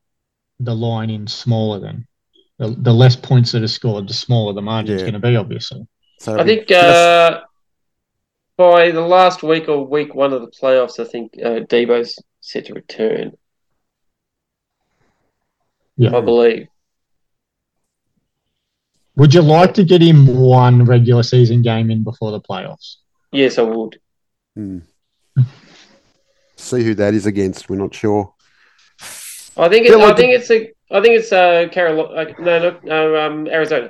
B: the line in smaller then. The, the less points that are scored, the smaller the margin's
C: Yeah.
B: going to be, obviously.
C: So
A: I think
C: just-
A: uh, by the last week or week one of the playoffs I think uh, Debo's set to return
B: Yeah.
A: I believe
B: Would you like to get him one regular season game in before the playoffs?
A: Yes, I would.
C: Hmm. See who that is against. We're not sure.
A: I think it's.
C: Feel like
A: I think it's a. I think it's uh, Carolina. No, no, no um, Arizona.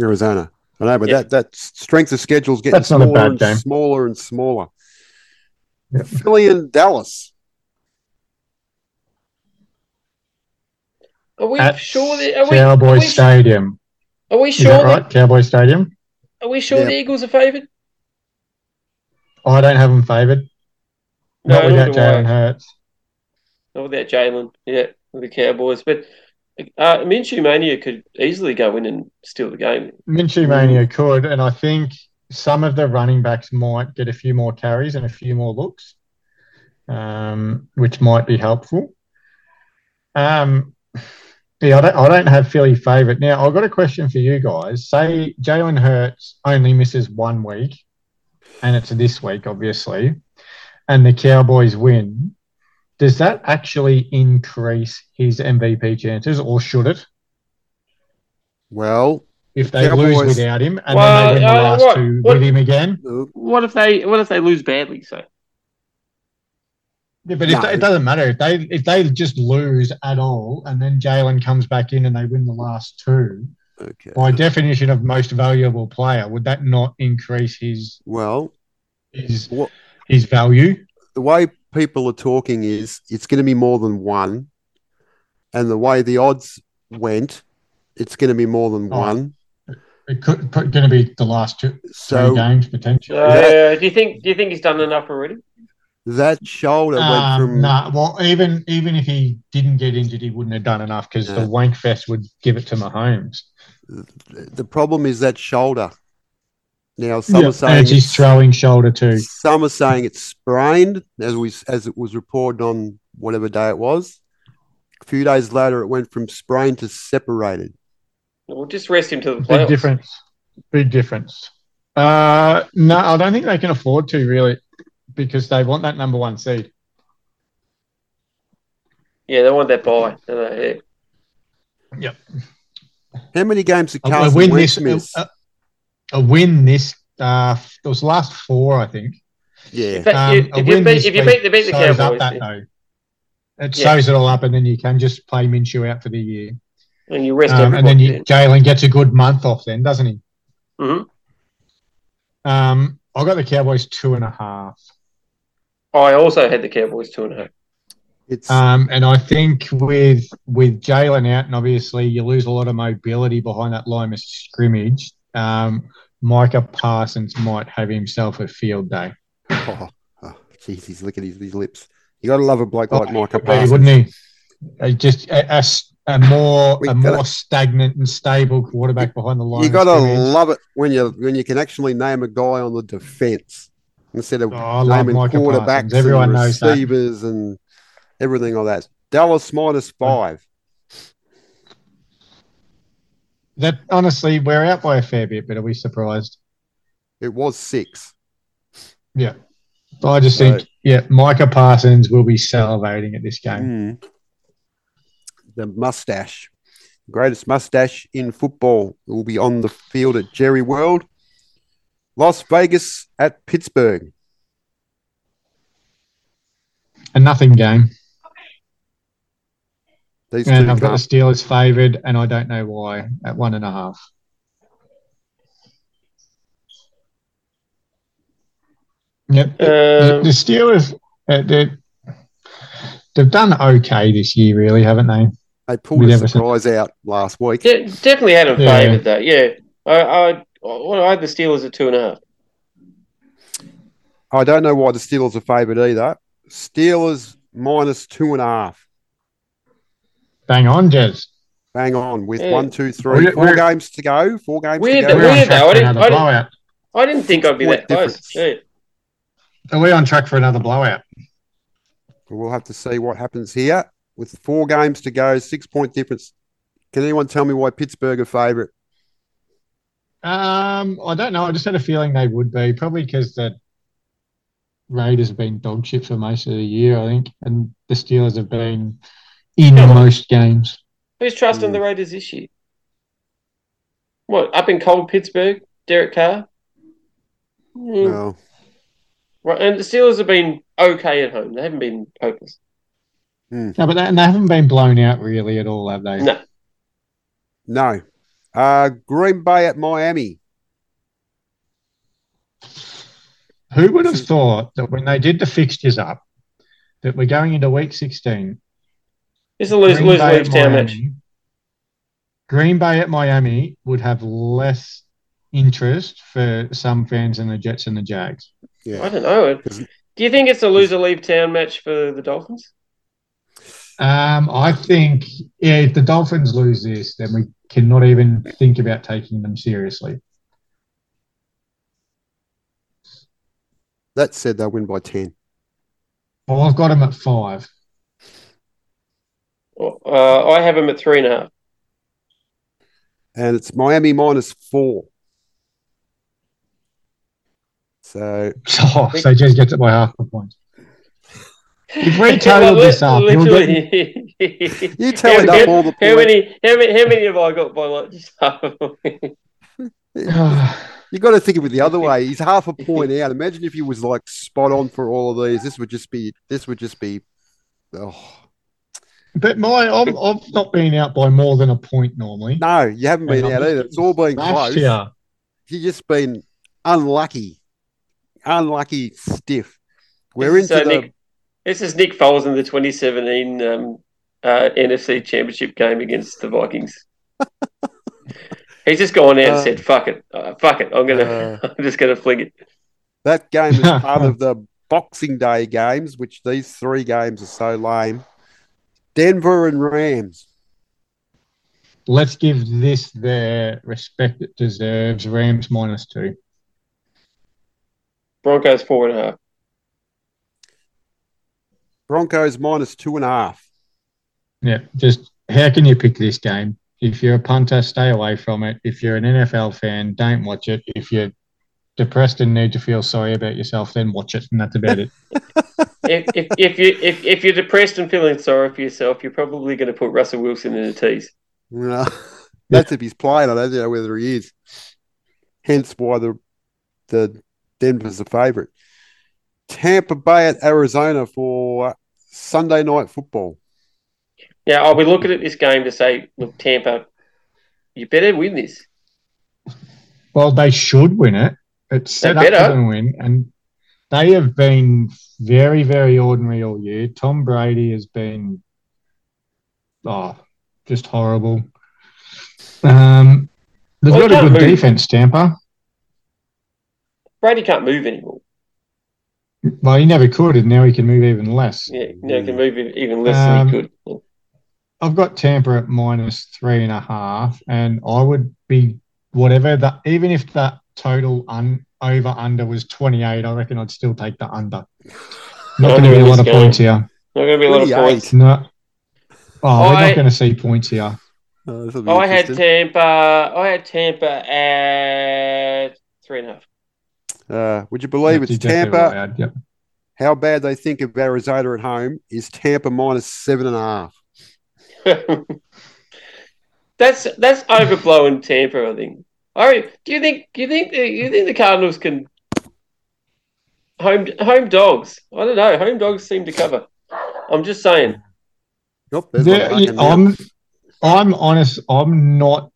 C: Arizona. I know, but
A: Yeah.
C: that that strength of schedule's getting
B: That's not a
C: smaller
B: bad
C: and
B: game.
C: smaller and smaller.
B: Yep.
C: Philly and Dallas.
A: Are we
B: At
A: sure? That, are we?
B: Cowboy
A: are we,
B: Stadium.
A: Are we
B: Is
A: sure?
B: that
A: That
B: right? Cowboy Stadium.
A: Are we sure
C: Yeah.
A: the Eagles are favoured?
B: Oh, I don't have them favoured.
A: No,
B: Not without
A: nor do I.
B: Jalen Hurts.
A: Not without Jalen. Yeah, with the Cowboys, but uh, Minshew Mania could easily go in and steal the game.
B: Minshew Mania could, and I think some of the running backs might get a few more carries and a few more looks, um, which might be helpful. Um, yeah, I don't, I don't have Philly favourite. Now, I've got a question for you guys. Say Jalen Hurts only misses one week, and it's this week, obviously, and the Cowboys win. Does that actually increase his MVP chances, or should it?
C: Well,
B: if they
C: Cowboys-
B: lose without him and
A: Well,
B: then they win the
A: uh,
B: last
A: what-
B: two
A: what-
B: with him again.
C: uh,
A: What if they? What if they lose badly? So
B: Yeah, but
C: No.
B: if they, it doesn't matter if they if they just lose at all and then Jalen comes back in and they win the last two.
C: okay.
B: By definition of most valuable player, would that not increase his
C: Well,
B: his
C: what
B: his value?
C: the way people are talking is it's going to be more than one, and the way the odds went, it's going to be more than
B: Oh.
C: one.
B: It could going to be the last two three
C: So
B: games potentially.
A: Uh,
C: That-
A: yeah, do you think? Do you think he's done enough already?
C: that shoulder went
B: Um,
C: from
B: nah, well, even even if he didn't get injured, he wouldn't have done enough because
C: Yeah.
B: the wank fest would give it to Mahomes.
C: the problem is that shoulder. Now some
B: Yeah,
C: are
B: and
C: saying
B: it's his
C: it's-
B: throwing shoulder too.
C: Some are saying it's sprained, as we as it was reported on whatever day it was. A few days later, it went from sprained to separated.
A: We'll just rest him to the
B: Big
A: playoffs.
B: difference. Big difference. Uh, no, I don't think they can afford to really, because they want that number one seed.
A: Yeah, they want that bye. don't they? Yeah.
C: How many games did
B: A, a
C: Carson
B: win
C: Wentz
B: this, uh,
C: miss?
B: a, a- a win this. Uh, it was last four, I think.
C: yeah,
A: But
B: Um,
A: if,
B: a
A: if you
B: win
A: beat,
B: this
A: if you
B: week
A: beat, they beat the
B: shows
A: Cowboys,
B: Up that,
A: yeah,
B: though. It
A: Yeah.
B: shows it all up, and then you can just play Minshew out for the year,
A: and you rest
B: um,
A: everybody.
B: and then
A: yeah.
B: you, Jalen gets a good month off, then doesn't he?
A: Mhm. Mm-hmm.
B: Um, I got the Cowboys two and a half.
A: I also had the Cowboys two and a half.
C: it's
B: Um, and I think with with Jalen out, and obviously you lose a lot of mobility behind that line of scrimmage. Um, Micah Parsons might have himself a field day,
C: oh, oh, jeez, he's licking his, his lips. You got to love a bloke like Micah Parsons.
B: wouldn't Oh, he? Uh, just a, a s- a more
C: We
B: a
C: gotta-
B: more stagnant and stable quarterback behind the line.
C: You
B: of
C: got to
B: scrimmage.
C: love it when you when you can actually name a guy on the defense instead of
B: Oh, I love
C: naming
B: Micah
C: quarterbacks
B: Parsons. Everyone
C: and
B: knows that.
C: receivers and everything like that. Dallas minus five.
B: That honestly, we're out by a fair bit, but are we surprised?
C: It was six.
B: I just think,
C: Right.
B: yeah, Micah Parsons will be salivating at this game.
C: Mm. The mustache, greatest mustache in football, will be on the field at Jerry World, Las Vegas at Pittsburgh.
B: A nothing game.
C: These
B: And
C: two
B: I've got the
C: can't-
B: Steelers favoured, and I don't know why at one and a half. Yep. The-
A: Um,
B: the Steelers, uh, they're- they've done okay this year, really, haven't they?
C: they pulled
B: We'd
C: a
B: never said-
C: surprise out last week.
A: de- definitely had them
B: Yeah.
A: favoured though. Yeah, I, I, I, well, I had the Steelers at two and a half.
C: I don't know why the Steelers are favoured either. Steelers minus two and a half.
B: Bang on, Jez.
C: Bang on with
A: Yeah.
C: one, two, three,
B: We're-
C: four
B: we're-
C: games to go. Four games
A: We're
C: to
A: the-
C: go.
B: We're on
A: weird, though. I
B: track for
A: didn't-
B: another
A: I didn't-
B: blowout.
A: I didn't think I'd be that
C: What
A: close.
C: difference?
A: Yeah.
B: Are we on track for another blowout?
C: We'll have to see what happens here with four games to go. Six point difference. Can anyone tell me why Pittsburgh are favourite?
B: Um, I don't know. I just had a feeling they would be, probably because the Raiders have been dog shit for most of the year, I think, and the Steelers have been in
A: Yeah.
B: most games. Hmm.
A: Who's trusting
C: Mm.
A: the Raiders this year? What up in cold Pittsburgh? Derek Carr. Mm,
C: Well,
A: Right, and the Steelers have been okay at home. They haven't been hopeless.
B: No, but they, and they haven't been blown out really at all, have they?
A: No,
C: no. Uh, Green Bay at Miami.
B: Who would have thought that when they did the fixtures up, that we're going into week 16?
A: it's a lose
B: Green
A: lose
B: Bay
A: leave
B: at
A: town
B: Miami-
A: match.
B: Green Bay at Miami would have less interest for some fans than the Jets and the Jags.
A: I
C: Yeah.
A: don't know. Do you think it's a lose or leave town match for the Dolphins?
B: Um, I think yeah, if the Dolphins lose this, then we cannot even think about taking them seriously.
C: That said, they'll win by 10.
B: Well, I've got them at five.
A: Uh, I have them at three and a half.
C: And it's Miami minus four. So, Oh.
B: So, so he just gets it by half a point. If we total this up, you'll get-
A: literally-
C: you tallied
A: how,
C: up all the
A: how
C: points.
A: many? How many? How many have I got by like just half? a point?
C: you got to think of it the other way. He's half a point out. Imagine if you was like spot on for all of these. This would just be, this would just be, oh,
B: but my, I'm, I've not been out by more than a point normally.
C: no, you haven't been
B: Hang on.
C: out either. It's all been
B: Last
C: close.
B: year,
C: You've just been unlucky, unlucky stiff. We're into
A: So
C: the,
A: Nick, this is Nick Foles in the 2017 um, uh, NFC Championship game against the Vikings. He's just gone out and
C: Uh,
A: said, "Fuck it, uh, fuck it. I'm gonna, I'm just gonna fling it."
C: That game is part of the Boxing Day games, which these three games are so lame. Denver and Rams.
B: let's give this their respect it deserves. Rams minus two.
A: Broncos four and a half.
C: Broncos minus two and a half.
B: Yeah, just how can you pick this game? If you're a punter, stay away from it. If you're an NFL fan, don't watch it. If you're depressed and need to feel sorry about yourself, then watch it, and that's about it.
A: if, if, if you if, if you're depressed and feeling sorry for yourself, you're probably going to put Russell Wilson in a tease.
C: No. That's if he's playing. I don't know whether he is. Hence why the the Denver's the favourite. Tampa Bay at Arizona for Sunday night football.
A: Now, I'll be looking at this game to say, look, Tampa, you better win this.
B: Well, they should win it. It's set up
A: better.
B: to win, and they have been very, very ordinary all year. Tom Brady has been oh, just horrible. Um, they've
A: Well,
B: got a
A: don't
B: good
A: move.
B: defense, Tampa.
A: Brady can't move anymore.
B: Well, he never could, and now he can move even less.
A: Yeah, now he can move even less than he
B: Um,
A: could.
B: I've got Tampa at minus three and a half, and I would be whatever that. Even if that total un, over under was twenty eight, I reckon I'd still take the under. Not going to be a lot of points here.
A: Not going to be a lot of
C: 28.
A: points.
B: No. Oh, we're
A: I-
B: not going to see points here.
C: Oh, this'll be
A: I had
C: interesting.
A: Tampa. I had Tampa at three and a half.
C: uh, would you believe
B: That's
C: it's
B: exactly
C: Tampa?
B: right, Ad, Yep.
C: How bad they think of Arizona at home is Tampa minus seven and a half.
A: that's that's overblowing Tampa. I think. All right. Do you think? Do you think? The, you think the Cardinals can home home dogs? I don't know. Home dogs seem to cover. I'm just saying.
C: Nope, there's my
B: There-
C: fucking mouth.
B: I'm, I'm honest. I'm not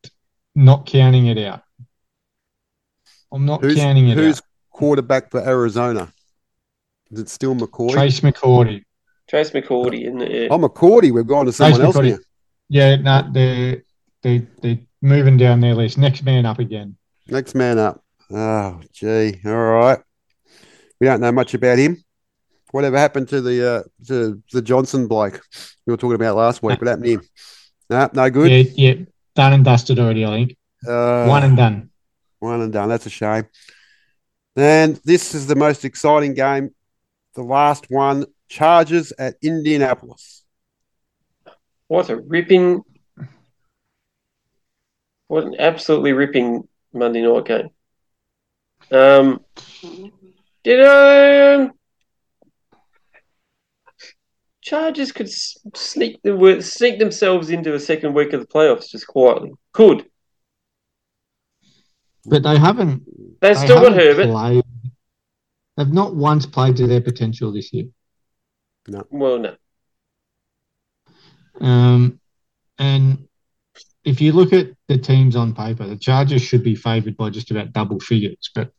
B: not counting it out. I'm not
C: who's,
B: counting it
C: who's quarterback for Arizona? Is it still
B: out.
C: McCoy?
B: Trace McCordy.
A: Trace McCordy in the.
C: Oh, McCordy. We've gone to someone else
B: McCoy.
C: now.
B: Yeah, no, they're, they, they're moving down their list. Next man up again.
C: Next man up. Oh, gee. All right. We don't know much about him. Whatever happened to the uh, to the Johnson bloke we were talking about last week? What happened to him? No, no good.
B: Yeah, yeah, done and dusted already, I think.
C: Uh,
B: One and done.
C: One and done. That's a shame. And this is the most exciting game. The last one Chargers at Indianapolis.
A: What a ripping! What an absolutely ripping Monday night game. Um, did um, Chargers could s- sneak the sneak themselves into a second week of the playoffs just quietly. Could
B: But they haven't.
A: They've
B: they
A: still got
B: haven't
A: Herbert.
B: Played, they've not once played to their potential this year.
A: Well, no.
B: Um, and if you look at the teams on paper, the Chargers should be favoured by just about double figures. But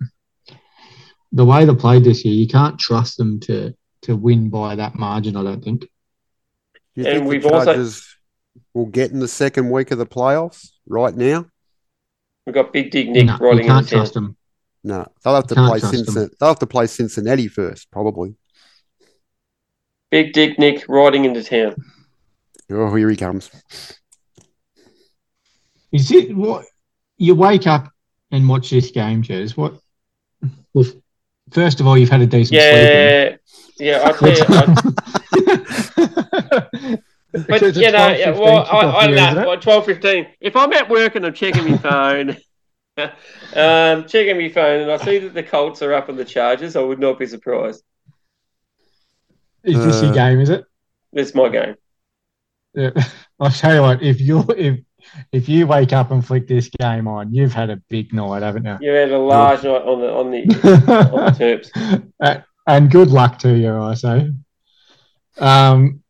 B: the way they played this year, you can't trust them to to win by that margin. I don't think.
C: Do you
A: And
C: think
A: we've
C: the
A: also-
C: Chargers will get in the second week of the playoffs right now?
A: We've got Big Dig Nick
B: no, you
A: rolling in the
B: can't
A: town.
B: trust them.
C: No, they'll have to
B: Can't
C: play
B: trust them.
C: Cincinnati. They'll have to play Cincinnati first, probably.
A: Big Dick Nick riding into town.
C: Oh, here he comes.
B: Is it what you wake up and watch this game, Jez? What? Well, f- first of all, you've had a decent
A: Yeah, yeah. I tell
B: sleep.
A: you, I,
B: Because
A: but
B: it's
A: you know, yeah,
B: 12:15
A: well, I,
B: kickoff
A: I
B: here,
A: know.
B: isn't it?
A: By twelve fifteen, if I'm at work and I'm checking my phone, um, checking my phone, and I see that the Colts are up on the Chargers, I would not be surprised.
B: Is this your
C: Uh,
B: game? Is it?
A: That's my game.
B: Yeah. I'll tell you what. If you if if you wake up and flick this game on, you've had a big night, haven't you?
A: You had a large night on the on the on the Terps.
B: Uh, and good luck to you, I say. Um,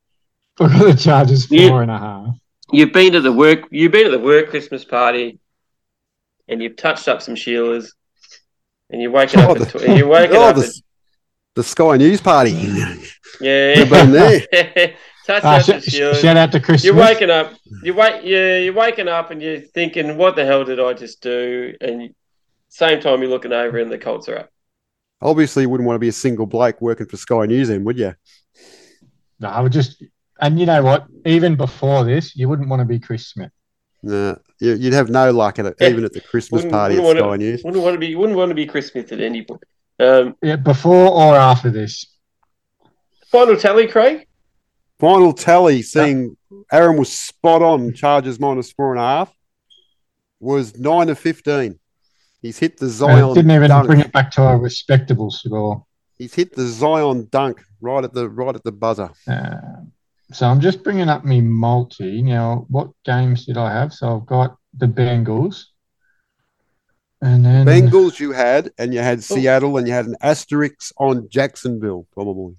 B: I've got the Chargers
A: Yeah.
B: four and a half.
A: You've been to the work. You've been to the work Christmas party, and you've touched up some Sheilas, and you're waking
C: Oh,
A: up. At tw- you're waking
C: oh,
A: up.
C: the,
A: at-
C: the Sky News party.
A: yeah,
C: You've been there.
A: touched
B: Uh,
A: up
B: sh-
A: some
B: sh-
A: Sheilas.
B: shout out to Chris.
A: You're
B: Smith.
A: waking up. You wake. Yeah, you're waking up, and you're thinking, "What the hell did I just do?" And you- same time, you're looking over, and the Colts are up.
C: Obviously, you wouldn't want to be a single bloke working for Sky News, then, would you?
B: No, I would just, and you know what? Even before this, you wouldn't want to be Chris Smith.
C: No, you- you'd have no luck at it,
A: Yeah.
C: even at the Christmas
A: Wouldn't-
C: party
A: wouldn't
C: at Sky
A: wanna-
C: News.
A: Wouldn't want to be. Wouldn't want to be Chris Smith at any point. Um,
B: Yeah, before or after this.
A: final tally, Craig.
C: Final tally, seeing Aaron was spot on. Charges minus four and a half was nine to fifteen. He's hit the
B: Uh,
C: Zion.
B: didn't even
C: dunk.
B: bring it back to a respectable score.
C: He's hit the Zion dunk right at the right at the buzzer.
B: Uh, so I'm just bringing up me multi. Now, what games did I have? So I've got the Bengals. And then
C: Bengals you had, and you had Seattle, and you had an asterisk on Jacksonville, probably.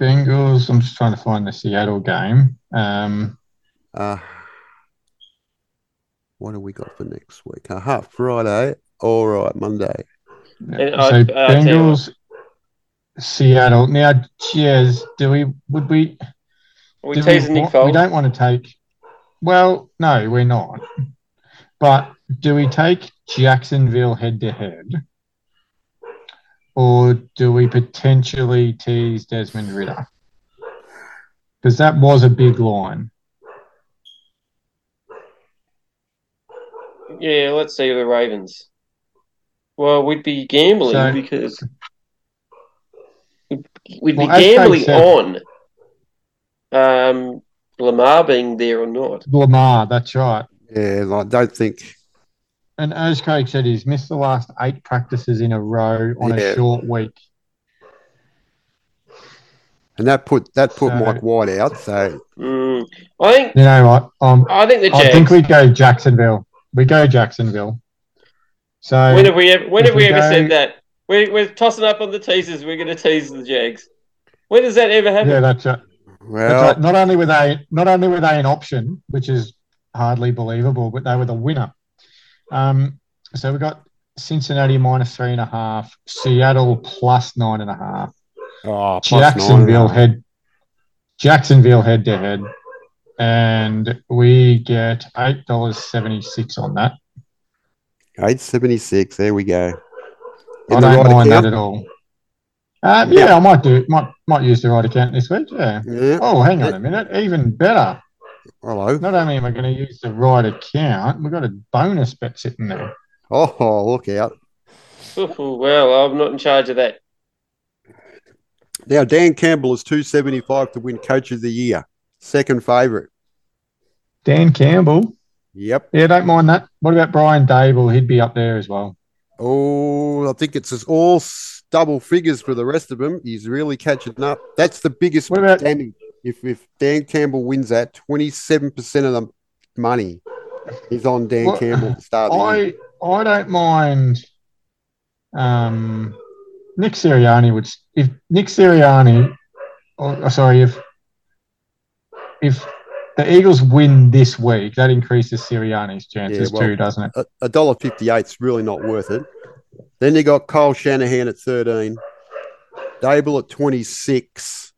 B: Bengals. I'm just trying to find the Seattle game. Um,
C: Uh, what have we got for next week? Aha, Friday. All right, Monday.
A: And I-
B: so
A: I'll tell you
B: Bengals, Seattle. Now, cheers. Do we, would we,
A: Are we
B: Do
A: teasing Nick
B: want- we
A: Foles?
B: don't want to take. Well, no, we're not. But do we take Jacksonville head to head, or do we potentially tease Desmond Ritter? Because that was a big line.
A: Yeah, let's see the Ravens. Well, we'd be gambling
B: So-
A: because we'd
B: Well,
A: be
B: as Craig
A: gambling
B: said-
A: on um, Lamar being there or not.
B: Lamar, that's right.
C: Yeah, I don't think.
B: And as Craig said, he's missed the last eight practices in a row on
C: Yeah.
B: a short week.
C: And that put that put
B: So-
C: Mike White out. So
A: Mm, I think
B: You know what? Um,
A: I think the Jags.
B: I think we go Jacksonville. We go Jacksonville. So
A: when have we ever, when
B: if
A: have we
B: we
A: ever
B: go-
A: said that? We're, we're tossing up on the teasers. We're going to tease the Jags. When does that ever happen?
B: yeah, that's right. That's
C: well,
B: right. Not only were they not only were they an option, which is hardly believable, but they were the winner. Um, so we got Cincinnati minus three and a half, Seattle plus nine and a half,
C: oh, plus nine.
B: Jacksonville head, Jacksonville head to head, and we get eight dollars seventy six on that.
C: eight seventy six. There we go.
B: I
C: In the
B: Oh, don't
C: right
B: mind that
C: account.
B: at all. Um, yeah, I might do might might use the right account this week. Yeah.
C: Yeah.
B: Oh, hang on a minute. Even better.
C: Hello.
B: Not only am I going to use the right account, we've got a bonus bet sitting there.
C: Oh, look out.
A: Ooh, well, I'm not in charge of that.
C: Now Dan Campbell is two seventy five to win Coach of the Year, second favourite.
B: Dan Campbell.
C: Yep.
B: Yeah, don't mind that. What about Brian Dable? He'd be up there as well.
C: Oh, I think it's just all s- double figures for the rest of them. He's really catching up. That's the biggest
B: What about-
C: standing. If if Dan Campbell wins that, twenty seven percent of the money is on Dan
B: What-
C: Campbell to start the year.
B: I I don't mind. Um, Nick Sirianni would if Nick Sirianni, or, or sorry, if if the Eagles win this week, that increases Sirianni's chances
C: well-
B: too, doesn't it?
C: A- A dollar fifty eight's really not worth it. Then you got Kyle Shanahan at thirteen, Dable at twenty six,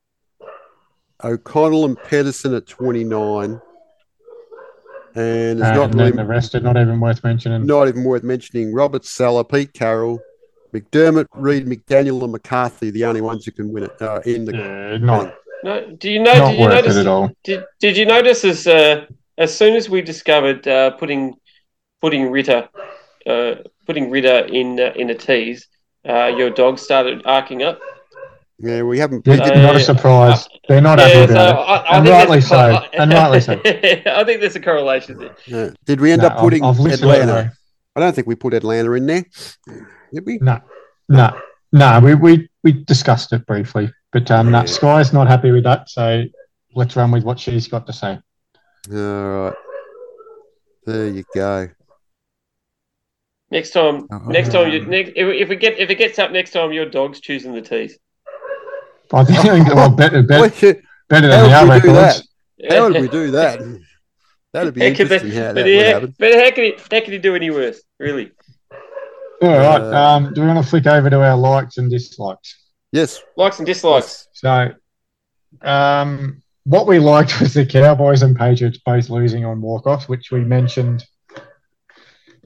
C: O'Connell and Pedersen at twenty nine, and it's not
B: and then
C: really
B: the rest are not even worth mentioning.
C: not even worth mentioning. Robert Sala, Pete Carroll, McDermott, Reed, McDaniel, and McCarthy, the only ones who can win it uh, in the
B: Yeah, not,
A: No, do you know?
B: not
A: did you
B: worth
A: notice?
B: it at all.
A: Did, did you notice as uh, as soon as we discovered uh, putting putting Ritter uh, putting Ritter in uh, in a tease, uh, your dog started arcing up.
C: Yeah, we haven't.
B: Yeah,
A: So-
B: not a surprise. They're not happy about it. And rightly
A: there's a cor-
B: so, and rightly so.
A: I think there's a correlation there.
C: uh, did we end
B: No,
C: up putting
B: I've, I've listened
C: Atlanta?
B: though.
C: I don't think we put Atlanta in there. Did we?
B: No, no, no. We, we we discussed it briefly, but um, no,
C: Yeah.
B: Sky's not happy with that. So let's run with what she's got to say.
C: All right. There you go.
A: Next time,
C: Oh,
A: next time you
C: um,
A: next if, if we get if it gets up next time, your dog's choosing the tees.
B: I think well, better, better,
C: Wait,
B: better
C: How
B: than
C: would
B: our
C: we do
B: records.
C: How would we do that? That'd be
A: It could be-
C: interesting how that
A: but,
C: would
A: yeah,
C: happen.
A: but how can he how can he do any worse? Really?
B: All right.
C: Uh,
B: um, do we want to flick over to our likes and dislikes?
C: Yes.
A: Likes and dislikes.
B: So, um, what we liked was the Cowboys and Patriots both losing on walk-offs, which we mentioned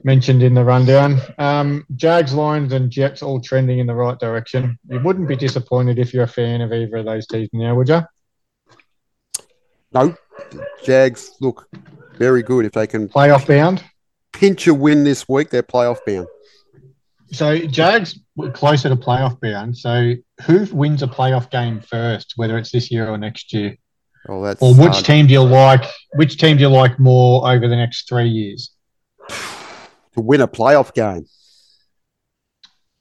B: mentioned in the rundown. Um, Jags, Lions, and Jets all trending in the right direction. You wouldn't be disappointed if you're a fan of either of those teams now, would you?
C: No. Jags look very good. If they can
B: Playoff bound.
C: pinch a win this week, they're playoff bound.
B: So Jags were closer to playoff bound. So who wins a playoff game first, whether it's this year or next year,
C: Oh, that's
B: or which
C: hard
B: team do you like? Which team do you like more over the next three years?
C: to win a playoff game.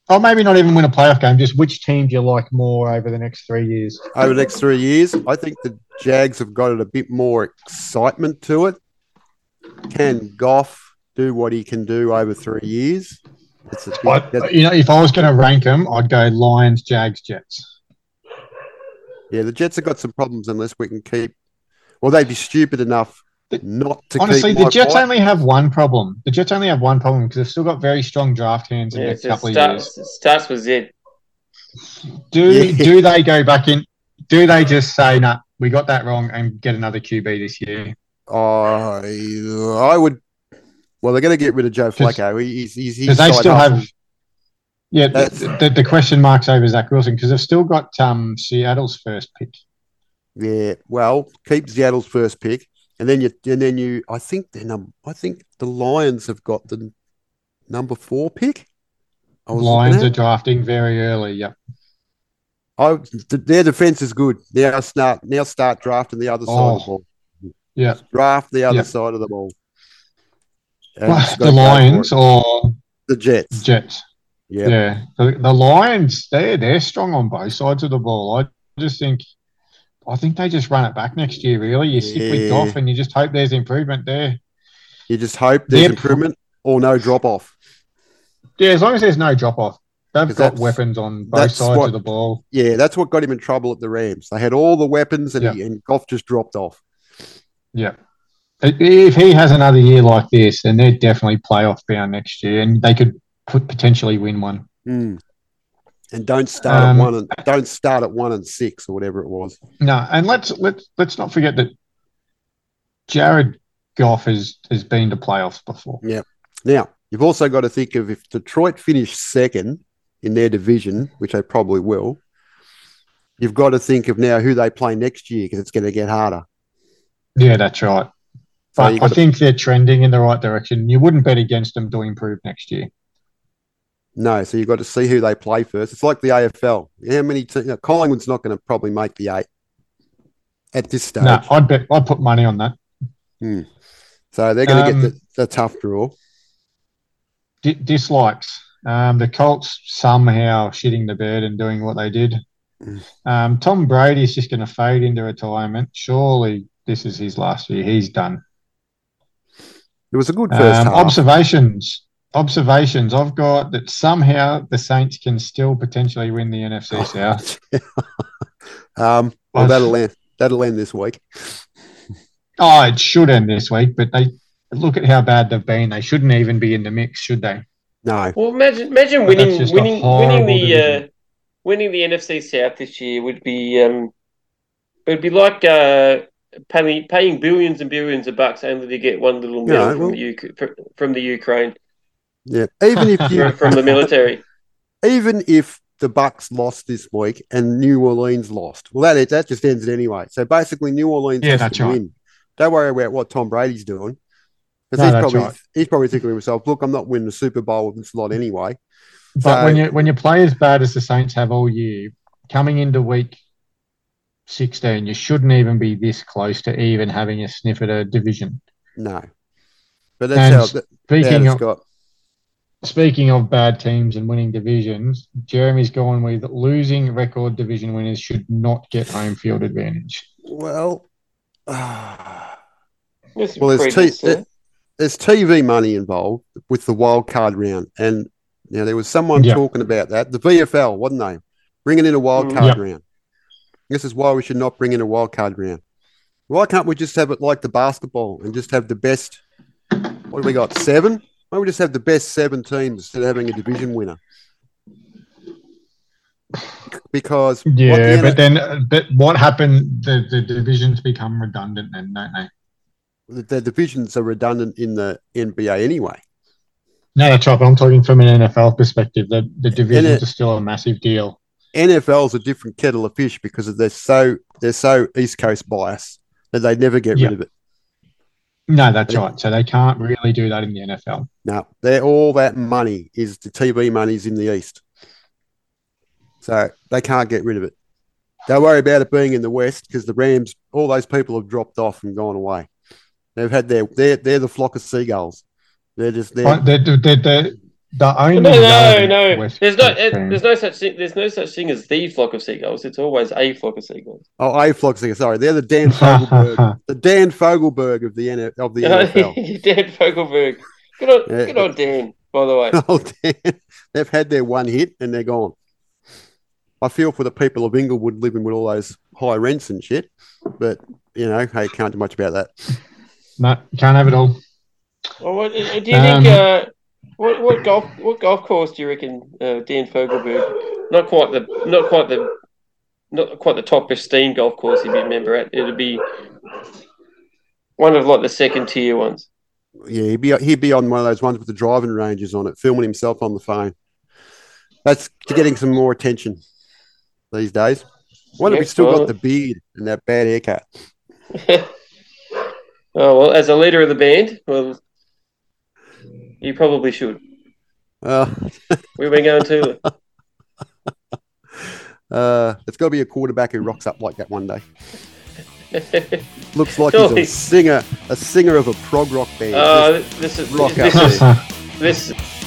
B: Oh, maybe not even win a playoff game. Just which team do you like more over the next three years?
C: Over the next three years, I think the Jags have got it a bit more excitement to it. Can Goff do what he can do over three years? That's a big,
B: I,
C: that's-
B: you know, if I was going to rank them, I'd go Lions, Jags, Jets.
C: Yeah, the Jets have got some problems unless we can keep. Well, they'd be stupid enough not to
B: Honestly,
C: keep.
B: the
C: Mike
B: Jets
C: White.
B: only have one problem. The Jets only have one problem because they've still got very strong draft hands in
A: Yeah,
B: the
A: it
B: next couple of years.
A: starts, it starts with Z.
B: Do
C: Yeah.
B: do they go back in? Do they just say, "Nah, we got that wrong," and get another QB this year?
C: Oh, I would. Well, they're going to get rid of Joe
B: Because-
C: Flacco. He- He's, he's, he's
B: Because they
C: side
B: still
C: hustle.
B: have. Yeah,
C: That's-
B: the, the, the question marks over Zach Wilson because they've still got um, Seattle's first pick.
C: Yeah, well, keep Seattle's first pick, and then you, and then you. I think they're num- I think the Lions have got the number four pick. I was looking
B: Lions
C: at-
B: are drafting very early. Yep.
C: I, th- their defense is good. Now start now start drafting the other side of the
B: Oh.
C: ball.
B: Yeah.
C: Draft the other
B: Yeah.
C: side of the ball. And
B: Well,
C: just go
B: the
C: for it.
B: Lions or
C: the Jets.
B: Jets.
C: Yeah.
B: Yeah, the, the Lions, they're they're strong on both sides of the ball. I just think, I think they just run it back next year. Really, you stick
C: Yeah.
B: with Goff and you just hope there's improvement there.
C: You just hope there's
B: Yep.
C: improvement or no drop off.
B: Yeah, as long as there's no drop off, they've
C: 'Cause
B: got
C: that's-
B: weapons on both
C: that's
B: sides
C: what-
B: of the ball.
C: Yeah, that's what got him in trouble at the Rams. They had all the weapons and,
B: Yeah.
C: he, and Goff just dropped off.
B: Yeah, I- if he has another year like this, then they're definitely playoff bound next year, and they could put, potentially win one.
C: Mm. And don't start
B: Um,
C: at one and don't start at one and six or whatever it was.
B: No, and let's let's let's not forget that Jared Goff has has been to playoffs before.
C: Mm. Now, you've also got to think of if Detroit finish second in their division, which they probably will, you've got to think of now who they play next year because it's going to get harder.
B: Yeah, that's right.
C: So
B: But
C: you
B: I
C: got to,
B: think they're trending in the right direction. You wouldn't bet against them to improve next year.
C: no, so you've got to see who they play first. It's like the AFL. How many? Te- now, Collingwood's not going to probably make the eight at this stage,
B: No, I'd bet. I'd put money on that.
C: so they're going to
B: Um,
C: get the, the tough draw.
B: D- dislikes. Um, the Colts somehow shitting the bed and doing what they did.
C: Mm.
B: Um, Tom Brady's just going to fade into retirement. Surely this is his last year. He's done.
C: It was a good first
B: Um,
C: half.
B: observations. observations I've got that somehow the Saints can still potentially win the
C: Oh.
B: NFC South.
C: Um, well, that'll end. That'll end this week.
B: Oh, it should end this week, but they look at how bad they've been. They shouldn't even be in the mix, should they?
C: No,
A: Well, imagine imagine
B: But that's
A: winning
B: just a
A: winning winning
B: horrible
A: the uh,
B: division.
A: winning the NFC South this year would be um, it would be like uh, paying paying billions and billions of bucks only to get one little medal
C: Yeah,
A: from
C: well-
A: the Uk- fr- from the Ukraine
C: yeah. Even if you,
A: from the military.
C: even if the Bucks lost this week and New Orleans lost, well, that that just ends it anyway. So basically, New Orleans
B: Yeah,
C: has
B: that's
C: to
B: right.
C: win. Don't worry about what Tom Brady's doing because
B: No,
C: he's
B: that's
C: probably
B: right.
C: he's probably thinking to himself, "Look, I'm not winning the Super Bowl with this lot anyway."
B: But
C: So-
B: when you when you play as bad as the Saints have all year, coming into week sixteen, you shouldn't even be this close to even having a sniff at a division.
C: No, but that's how, that's how
B: Speaking
C: it's
B: of
C: got.
B: speaking of bad teams and winning divisions, Jeremy's going with losing record division winners should not get home field advantage.
C: Well,
A: There's some
C: Well, there's
A: credence
C: two-
A: there.
C: there's TV money involved with the wild card round, and you know there was someone
B: Yeah.
C: talking about that. The VFL, wasn't they, bringing in a wild
A: Mm.
C: card
B: Yep.
C: round? This is why we should not bring in a wild card round. Why can't we just have it like the basketball and just have the best? What do we got? Seven? Why don't we just have the best seven teams instead of having a division winner? Because what the
B: Yeah,
C: N-
B: but then uh, but what happened? The the divisions become redundant, then, don't they?
C: the, the divisions are redundant in the NBA anyway.
B: No, that's right. But I'm talking from an NFL perspective. The the divisions
C: it-
B: are still a massive deal.
C: NFL's a different kettle of fish because they're so they're so East Coast biased that they never get
B: Yeah.
C: rid of it.
B: No, that's
C: Yeah.
B: right. So they can't really do that in the NFL.
C: No, they're all that money is the TV money's in the East, so they can't get rid of it. Don't worry about it being in the West because the Rams, all those people have dropped off and gone away. They've had their they're they're the flock of seagulls. They're just there.
B: Right, The, the, the, the, the only
A: no, no,
B: relevant
A: no.
B: West
A: There's no
B: Coast
A: it,
B: team-
A: there's no such thing. There's no such thing as the flock of seagulls. It's always a flock of seagulls.
C: Oh, a flock of seagulls. Sorry, they're the Dan Fogelberg, the Dan Fogelberg of the N- of the NFL.
A: Dan Fogelberg. Good on,
C: Yeah.
A: good on Dan. By the way,
C: Oh, damn. They've had their one hit and they're gone. I feel for the people of Inglewood living with all those high rents and shit, but you know, hey, can't do much about that.
B: no, can't have it all.
A: Well, what, do you think?
B: Um,
A: uh, what, what golf what golf course do you reckon uh, Dan Fogelberg? Not quite the not quite the not quite the top esteemed golf course he'd be a member at. It'd be one of like the second tier ones.
C: Yeah, he'd be he'd be on one of those ones with the driving ranges on it, filming himself on the phone. That's getting some more attention these days. What if we
A: Yeah,
C: still
A: well-
C: got the beard and that bad haircut?
A: oh well, as a leader of the band, well, you probably should.
C: Uh,
A: We were going to.
C: uh, it's got to be a quarterback who rocks up like that one day.
A: uh,
C: Looks like
A: Surely.
C: he's
A: Oh,
C: a singer, a singer of a prog rock band.
A: this is
C: Rock
A: this
C: out
A: is this